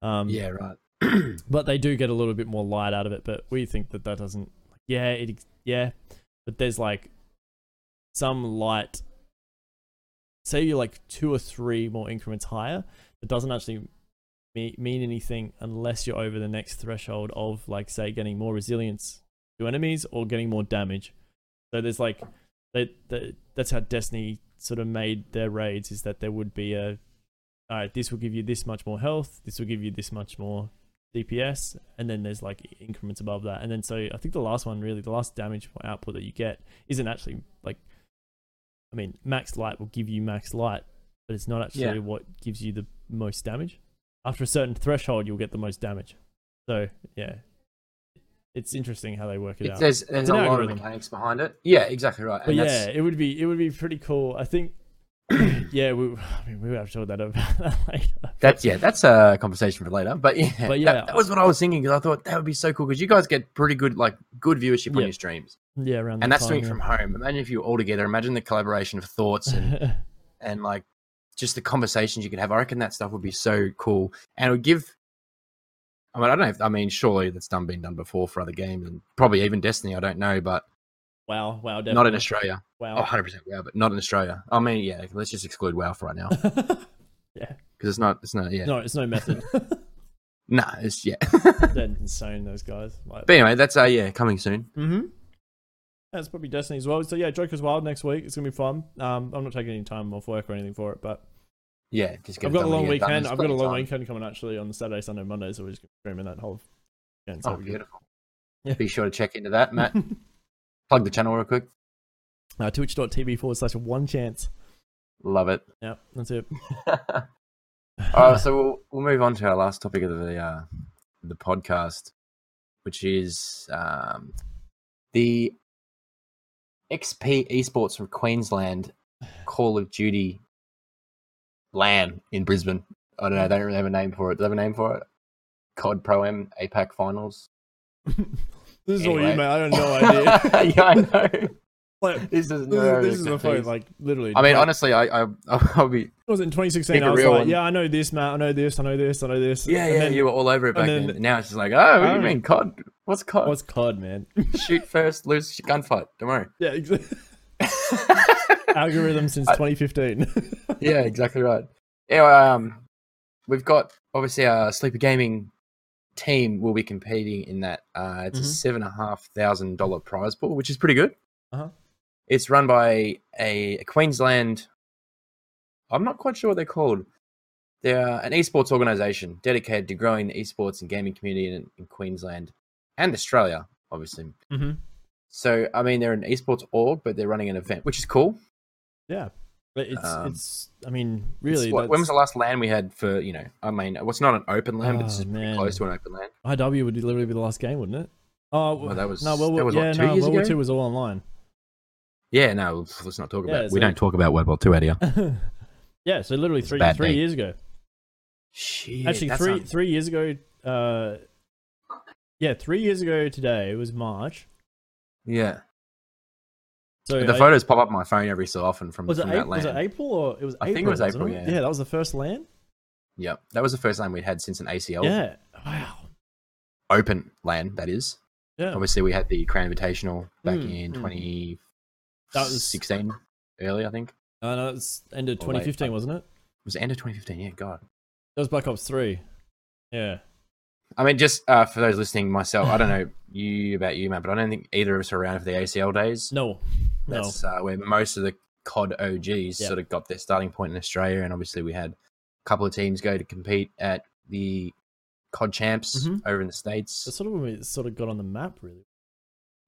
Um,
yeah, right.
but they do get a little bit more light out of it. But we think that that doesn't. Yeah, it. ex- Yeah, but there's like some light. Say you're like two or three more increments higher. It doesn't actually me- mean anything unless you're over the next threshold of like say getting more resilience to enemies or getting more damage. So there's like that. that- That's how Destiny sort of made their raids is that there would be a. All right, this will give you this much more health. This will give you this much more DPS, and then there's like increments above that, and then so I think the last one really, the last damage output that you get isn't actually like, I mean, max light will give you max light, but it's not actually
Yeah.
what gives you the most damage. After a certain threshold, you'll get the most damage. So yeah, it's interesting how they work it
It,
out.
there's there's
an
a lot
algorithm.
of mechanics behind it. Yeah, exactly right.
But
And
yeah,
that's,
it would be it would be pretty cool. I think. yeah, we I mean, we would have to talk that about that later.
that's yeah, that's a conversation for later. But yeah,
But
that-
yeah.
that, was what I was thinking because I thought that would be so cool because you guys get pretty good like good viewership
Yeah.
on your streams,
Yeah,
and
around that
that's
time,
doing it from home. Imagine if you were all together. Imagine the collaboration of thoughts and
yeah.
and like just the conversations you could have. I reckon that stuff would be so cool, and it would give. I mean, I don't know. If, I mean, surely that's done been done before for other games, and probably even Destiny. I don't know, but
wow, wow, definitely.
not in Australia. Oh,
Wow.
100 percent WoW, but not in Australia. I mean, yeah, let's just exclude WoW for right now because it's not. It's not. Yeah,
no, it's no method.
nah, it's yeah.
They're insane, those guys. Like,
But anyway, that's uh yeah coming soon.
mm-hmm. That's probably Destiny as well. So yeah, Joker's Wild next week. It's gonna be fun. Um, I'm not taking any time off work or anything for it, but
Yeah, just get
I've
it
got a
done when
long
you get it done.
weekend.
There's
I've got a
plenty of
long
time.
weekend coming actually on the Saturday, Sunday, Monday. So we're just gonna be streaming that whole weekend. So
Oh,
it'll be good.
beautiful.
Yeah.
Be sure to check into that, Matt. Plug the channel real quick.
uh, Twitch.tv forward slash one chance.
Love it.
Yeah, that's it.
All right, so we'll, we'll move on to our last topic of the uh, the podcast, which is um, the XP esports from Queensland Call of Duty LAN in Brisbane. I don't know. They don't really have a name for it. Do they have a name for it? COD Pro M APAC Finals.
this is all
Anyway.
you, mate. I have no idea.
yeah, I know.
like,
This is
this,
no
is- this is a phone,
expertise.
like literally.
I mean,
like,
honestly, I I I'll be
it was in 2016.
Pick a
I was
real
like,
one.
yeah, I know this, Matt. I know this. I know this. I know this.
yeah
And
yeah.
then-
you were all over it
and
back
then-
then. Now it's just like, oh, what do you
Um,
mean COD? What's COD?
What's COD, man?
shoot first, lose gunfight. Don't worry.
Yeah, exactly. Algorithm since 2015.
yeah, exactly right. Anyway, um, we've got obviously our sleeper gaming team will be competing in that. Uh, it's
Mhm.
a seven and a half thousand dollar prize pool, which is pretty good.
Uh-huh.
It's run by a, a Queensland. I'm not quite sure what they're called. They're an esports organization dedicated to growing the esports and gaming community in, in Queensland and Australia, obviously.
mm-hmm.
So, I mean, they're an esports org, but they're running an event, which is cool.
Yeah, but it's
Um,
it's. I mean,
It's
really,
what- when was the last
that's-
land we had for you know? I mean, what's not an open land, but this
Oh,
is pretty
man.
close to an open land.
IW would literally be the last game, wouldn't it? Oh,
Well, that was-
no. World
that
War,
was,
yeah,
what, two
no,
years
World War
ago?
Two was all online.
Yeah, no, let's not talk about.
Yeah,
it. We
so-
don't talk about World War Two out here.
yeah, so literally
It's a
three
bad
three
day.
years ago.
Shit,
Actually,
that's
three
un-
three years ago. Uh, yeah, three years ago today. It was March.
yeah,
So
the
I-
photos pop up on my phone every so often from,
was it
from that
April,
land.
was it April or it was
I
April,
think it was
wasn't
April,
it?
yeah.
that was the first land.
Yep, that was the first land we'd had since an ACL
Yeah. Wow.
open land. That is
Yeah.
obviously we had the Crown Invitational back
Mm,
in
mm.
twenty
That was-
sixteen, early I think. It
Uh, no, it's end
Or
of
late,
2015,
but-
wasn't it?
was the end of twenty fifteen. Yeah, God.
That was Black Ops 3. Yeah.
I mean, just uh, for those listening, myself, I don't know you about you, man, but I don't think either of us were around for the ACL days.
No. No.
That's uh, where most of the COD OGs sort of got their starting point in Australia, and obviously we had a couple of teams go to compete at the COD Champs
Mhm.
over in the states.
That's sort of when we sort of got on the map, really.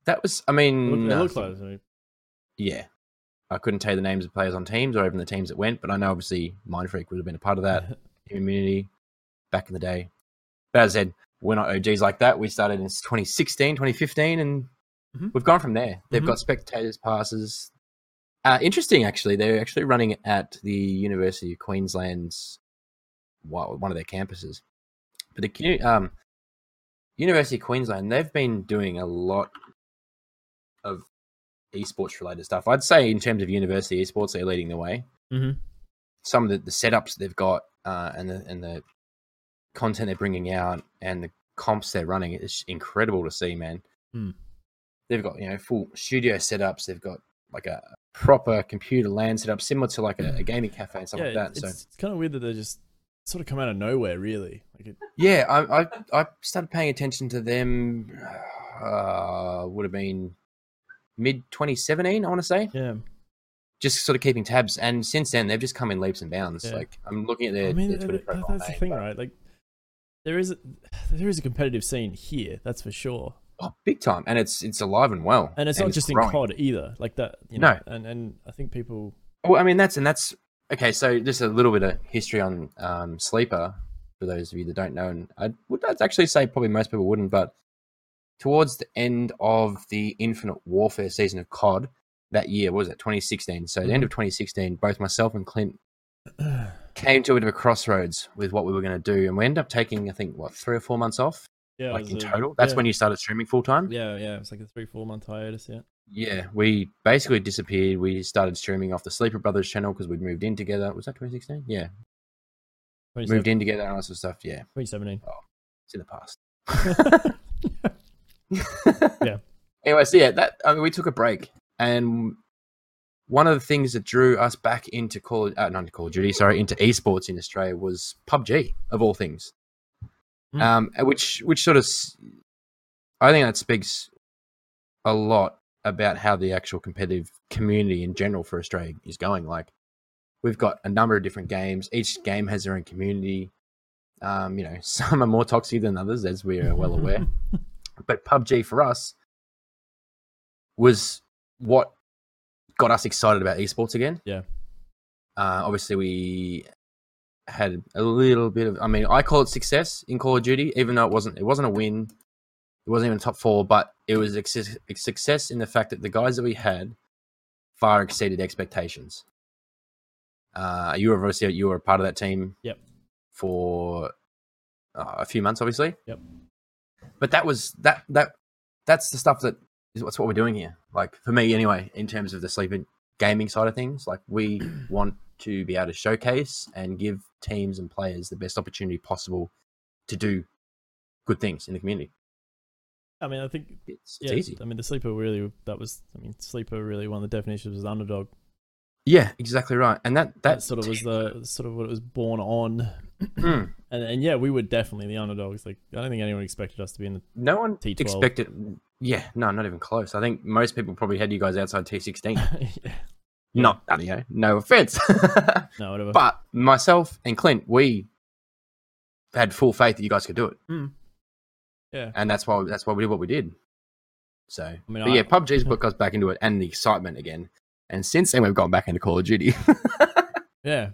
That was, I
It
mean,
looked, it
uh,
looked like. I mean,
yeah, I couldn't tell you the names of players on teams or even the teams that went, but I know obviously Mindfreak would have been a part of that. immunity back in the day. But as I said, we're not OGs like that. We started in 2016, 2015, and
Mhm.
we've gone from there. They've
Mhm.
got spectators passes. Uh, interesting, actually. They're actually running it at the University of Queensland's wa- one of their campuses. But the Q- um, University of Queensland, they've been doing a lot of esports related stuff. I'd say in terms of university esports, they're leading the way.
Mhm.
Some of the, the setups they've got uh, and the and the content they're bringing out and the comps they're running is incredible to see, man.
Hmm.
They've got you know full studio setups. They've got like a proper computer land setup, similar to like a, a gaming cafe and stuff
Hmm. yeah,
like that.
it's,
So
it's kind of weird that they just sort of come out of nowhere, really. Like it,
Yeah, I, I I started paying attention to them. Uh, would have been mid 2017, I want to say.
yeah,
Just sort of keeping tabs, and since then they've just come in leaps and bounds.
Yeah.
Like I'm looking at their,
I mean,
their
th-
Twitter
th- th-
profile.
that's the
name,
thing,
but-
right? Like, there is a, there is a competitive scene here, that's for sure,
Oh, big time, and it's it's alive and well.
and it's not just
growing.
in COD either. Like that, you know,
No.
and and I think people,
Well, I mean that's and that's okay. So just a little bit of history on um, Sleeper for those of you that don't know, and I would I'd actually say probably most people wouldn't, but towards the end of the Infinite Warfare season of COD that year, what was it 2016? So the end of 2016, both myself and Clint came to a bit of a crossroads with what we were going to do, and we ended up taking I think what three or four months off,
yeah,
like
it
in
was a-
total. That's
yeah,
when you started streaming full time.
yeah, yeah, it's like a three four month hiatus. Yeah,
Yeah, we basically disappeared. We started streaming off the Sleeper Brothers channel because we'd moved in together. Was that 2016? Yeah, moved
27
in together and all that sort of stuff. Yeah,
2017.
it's in the past.
Yeah.
Anyway, so yeah, that I mean, we took a break, and one of the things that drew us back into Call, uh, not into Call of Duty, sorry, into esports in Australia was PUBG of all things,
Hmm.
um, which which sort of, s- I think that speaks a lot about how the actual competitive community in general for Australia is going. Like, we've got a number of different games. Each game has their own community. Um, you know, some are more toxic than others, as we are well aware. but PUBG for us was what got us excited about esports again.
Yeah.
Uh, obviously, we had a little bit of. I mean, I call it success in Call of Duty, even though it wasn't. It wasn't a win. It wasn't even a top four, but it was a success- a success in the fact that the guys that we had far exceeded expectations. Uh, you were obviously you were a part of that team.
Yep.
For uh, a few months, obviously.
Yep.
But that was that that that's the stuff that is what's what we're doing here. Like for me, anyway, in terms of the sleeping gaming side of things, like we want to be able to showcase and give teams and players the best opportunity possible to do good things in the community.
I mean, I think
It's, it's
yeah,
easy.
I mean, the sleeper really that was. I mean, sleeper really one of the definitions was underdog.
Yeah, exactly right. And that that,
that sort of was the sort of what it was born on.
Mm.
And and yeah, we were definitely the underdogs. Like I don't think anyone expected us to be in the
no one
T12.
expected. Yeah, no, not even close. I think most people probably had you guys outside T16.
yeah,
Not, you know, no offense.
no whatever.
But myself and Clint, we had full faith that you guys could do it.
Mm. Yeah.
and that's why that's why we did what we did. So,
mean,
but
I-
yeah, PUBG's put us back into it and the excitement again. And since then, we've gone back into Call of Duty.
yeah,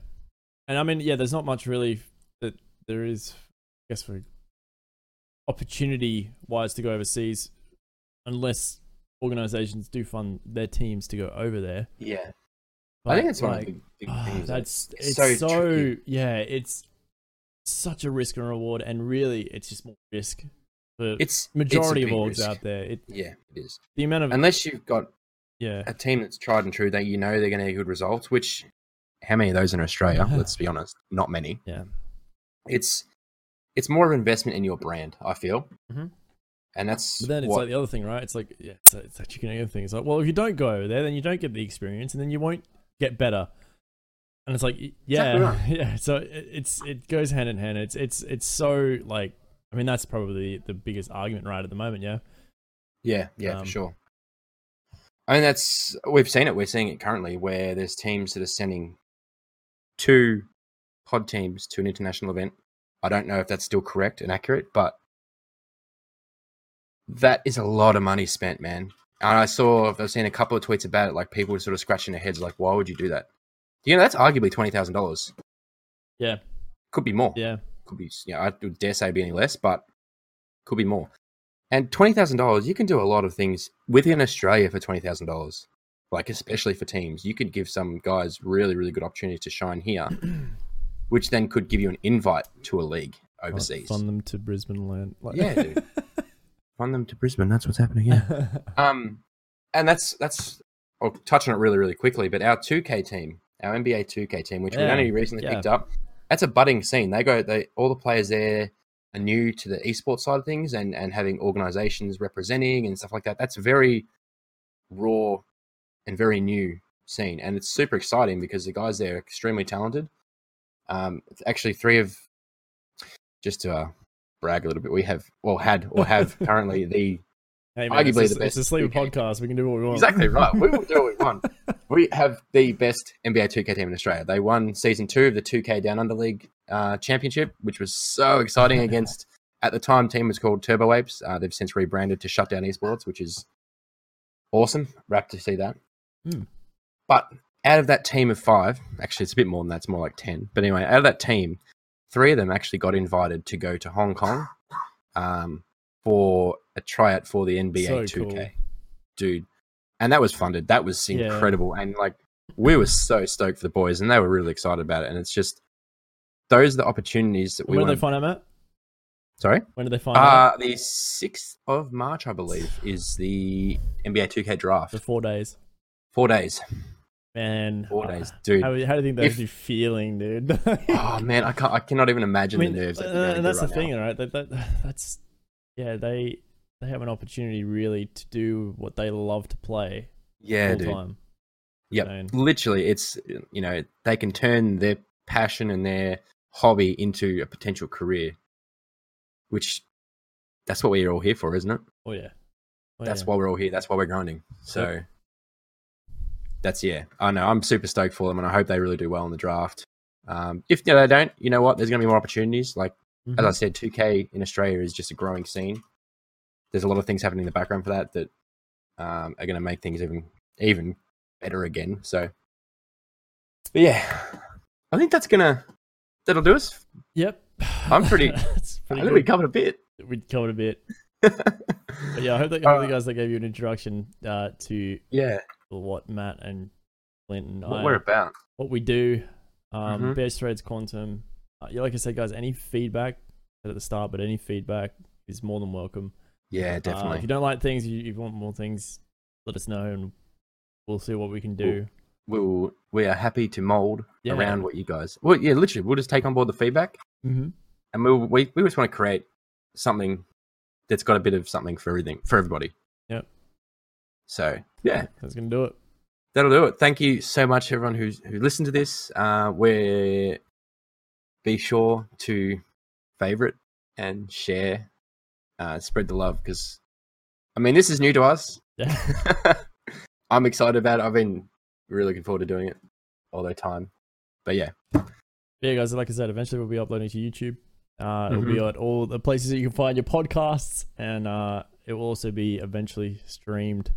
and I mean yeah, there's not much really that there is. I guess for opportunity wise to go overseas, unless organizations do fund their teams to go over there.
yeah,
But,
I think that's one
like,
of the big
Ah,
things.
that's
It's
it's
so
so,
tricky.
yeah, it's such a risk and reward, and really, it's just more risk for
it's
majority
it's a
of
big
orgs
risk.
out there. It,
Yeah, it is.
the amount of
Unless you've got
yeah,
a team that's tried and true that you know they're going to get good results, which how many of those in Australia? Let's be honest, not many.
Yeah.
it's it's more of an investment in your brand. I feel,
Mhm.
and that's
but then it's
what-
like the other thing, right? It's like yeah, it's, it's that chicken and egg thing. It's like well, if you don't go over there, then you don't get the experience, and then you won't get better. And it's like y- yeah,
Exactly right.
yeah. So it, it's it goes hand in hand. It's it's it's so like I mean that's probably the biggest argument right at the moment. Yeah,
Yeah, yeah,
Um,
for sure. I mean, that's we've seen it. We're seeing it currently, where there's teams that are sending two pod teams to an international event. I don't know if that's still correct and accurate, but that is a lot of money spent, man. And I saw I've seen a couple of tweets about it, like people were sort of scratching their heads, like, why would you do that? You know, that's arguably twenty thousand dollars.
Yeah.
could be more
yeah,
could be you know, I would dare say be any less, but could be more. And twenty thousand dollars, you can do a lot of things within Australia for twenty thousand dollars. Like especially for teams, you could give some guys really, really good opportunities to shine here, which then could give you an invite to a league overseas.
Fund Oh, them to Brisbane land. Like,
Yeah, dude. Fund them to Brisbane. That's what's happening. Yeah. um, and that's that's I'll touch on it really, really quickly, but our 2K team, our NBA 2K team, which we
Yeah.
only recently
Yeah.
picked up, that's a budding scene. They go, they all the players there are new to the esports side of things, and and having organizations representing and stuff like that. That's a very raw and very new scene, and it's super exciting because the guys there are extremely talented. Um, it's actually three of just to uh, brag a little bit, we have well had or have currently the
Hey,
Arguably
it's, a-
the best
It's a sleeper
2K.
podcast. We can do what we want.
Exactly right. We will do what we want. We have the best NBA 2K team in Australia. They won season two of the 2K Down Under League uh, Championship, which was so exciting against, at the time, team was called Turbo Apes. Uh, they've since rebranded to Shutdown Esports, which is awesome. Wrapped to see that.
Hmm.
But out of that team of five, actually, it's a bit more than that. It's more like 10. But anyway, out of that team, three of them actually got invited to go to Hong Kong um, for a tryout for the NBA
So
2K.
cool.
Dude, and that was funded. That was
Yeah.
incredible. And like we were so stoked for the boys, and they were really excited about it. And it's just those are the opportunities that we
When did
want.
they find out, Matt?
Sorry,
When did they find out?
uh, the sixth of March, I believe, is the NBA 2K draft.
The four days.
Four days,
Man.
four
uh,
days, dude.
How, how do you think that
If-
would be feeling, dude?
Oh man, I can't. I cannot even
I
imagine
mean,
the nerves. That
uh,
they're going
and
through
that's the
right
thing,
now.
all right? That, that that's yeah, they they have an opportunity really to do what they love to play
Yeah,
full
dude.
time.
Yep.
Man.
Literally, it's you know they can turn their passion and their hobby into a potential career, which that's what we're all here for, isn't it?
Oh yeah, oh,
that's
yeah.
why we're all here. That's why we're grinding. So that's yeah. I know. I'm super stoked for them, and I hope they really do well in the draft. Um, if you know, they don't, you know what? There's going to be more opportunities. Like
Mhm.
as I said, 2K in Australia is just a growing scene. There's a lot of things happening in the background for that that um, are going to make things even even better again. So, but yeah, I think that's gonna that'll do us.
Yep.
I'm pretty-
That's
I
pretty
think we
good.
covered a bit.
We, covered a bit. But yeah, I hope, that,
Uh,
I hope the guys that gave you an introduction uh, to
yeah,
what Matt and Clint and I
what we're about.
what we do. Um,
Mhm.
Bear Threads Quantum. Uh, yeah, like I said, guys, any feedback said at the start, but any feedback is more than welcome.
Yeah,
Uh,
definitely.
if you don't like things, you, you want more things, let us know, and we'll see what we can do.
we'll we are happy to mold
Yeah.
around what you guys. Well, yeah, literally, we'll just take on board the feedback,
Mm-hmm.
and we'll, we we just want to create something that's got a bit of something for everything for everybody.
Yep.
So yeah,
that's gonna do it.
that'll do it. Thank you so much, everyone who's who listened to this. Uh, we be sure to favorite and share, uh, spread the love because I mean this is new to us.
Yeah.
I'm excited about it. I've been really looking forward to doing it all the time. But yeah,
yeah, guys, like I said, eventually we'll be uploading to YouTube. Uh, It'll
Mm-hmm.
be at all the places that you can find your podcasts, and uh, it will also be eventually streamed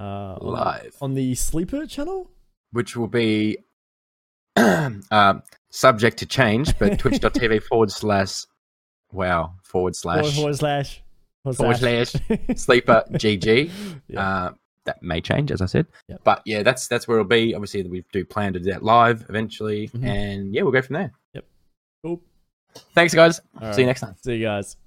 uh, on-
live,
on the Sleeper channel.
which will be um subject to change, but twitch.tv forward slash wow forward
Forward,
slash
forward slash
forward slash sleeper GG.
Yeah.
Uh, that may change, as I said.
Yep.
But yeah, that's that's where it'll be. Obviously, we do plan to do that live eventually,
Mhm.
and yeah, we'll go from there.
Cool.
Thanks, guys.
All
See you
right.
next time.
See you guys.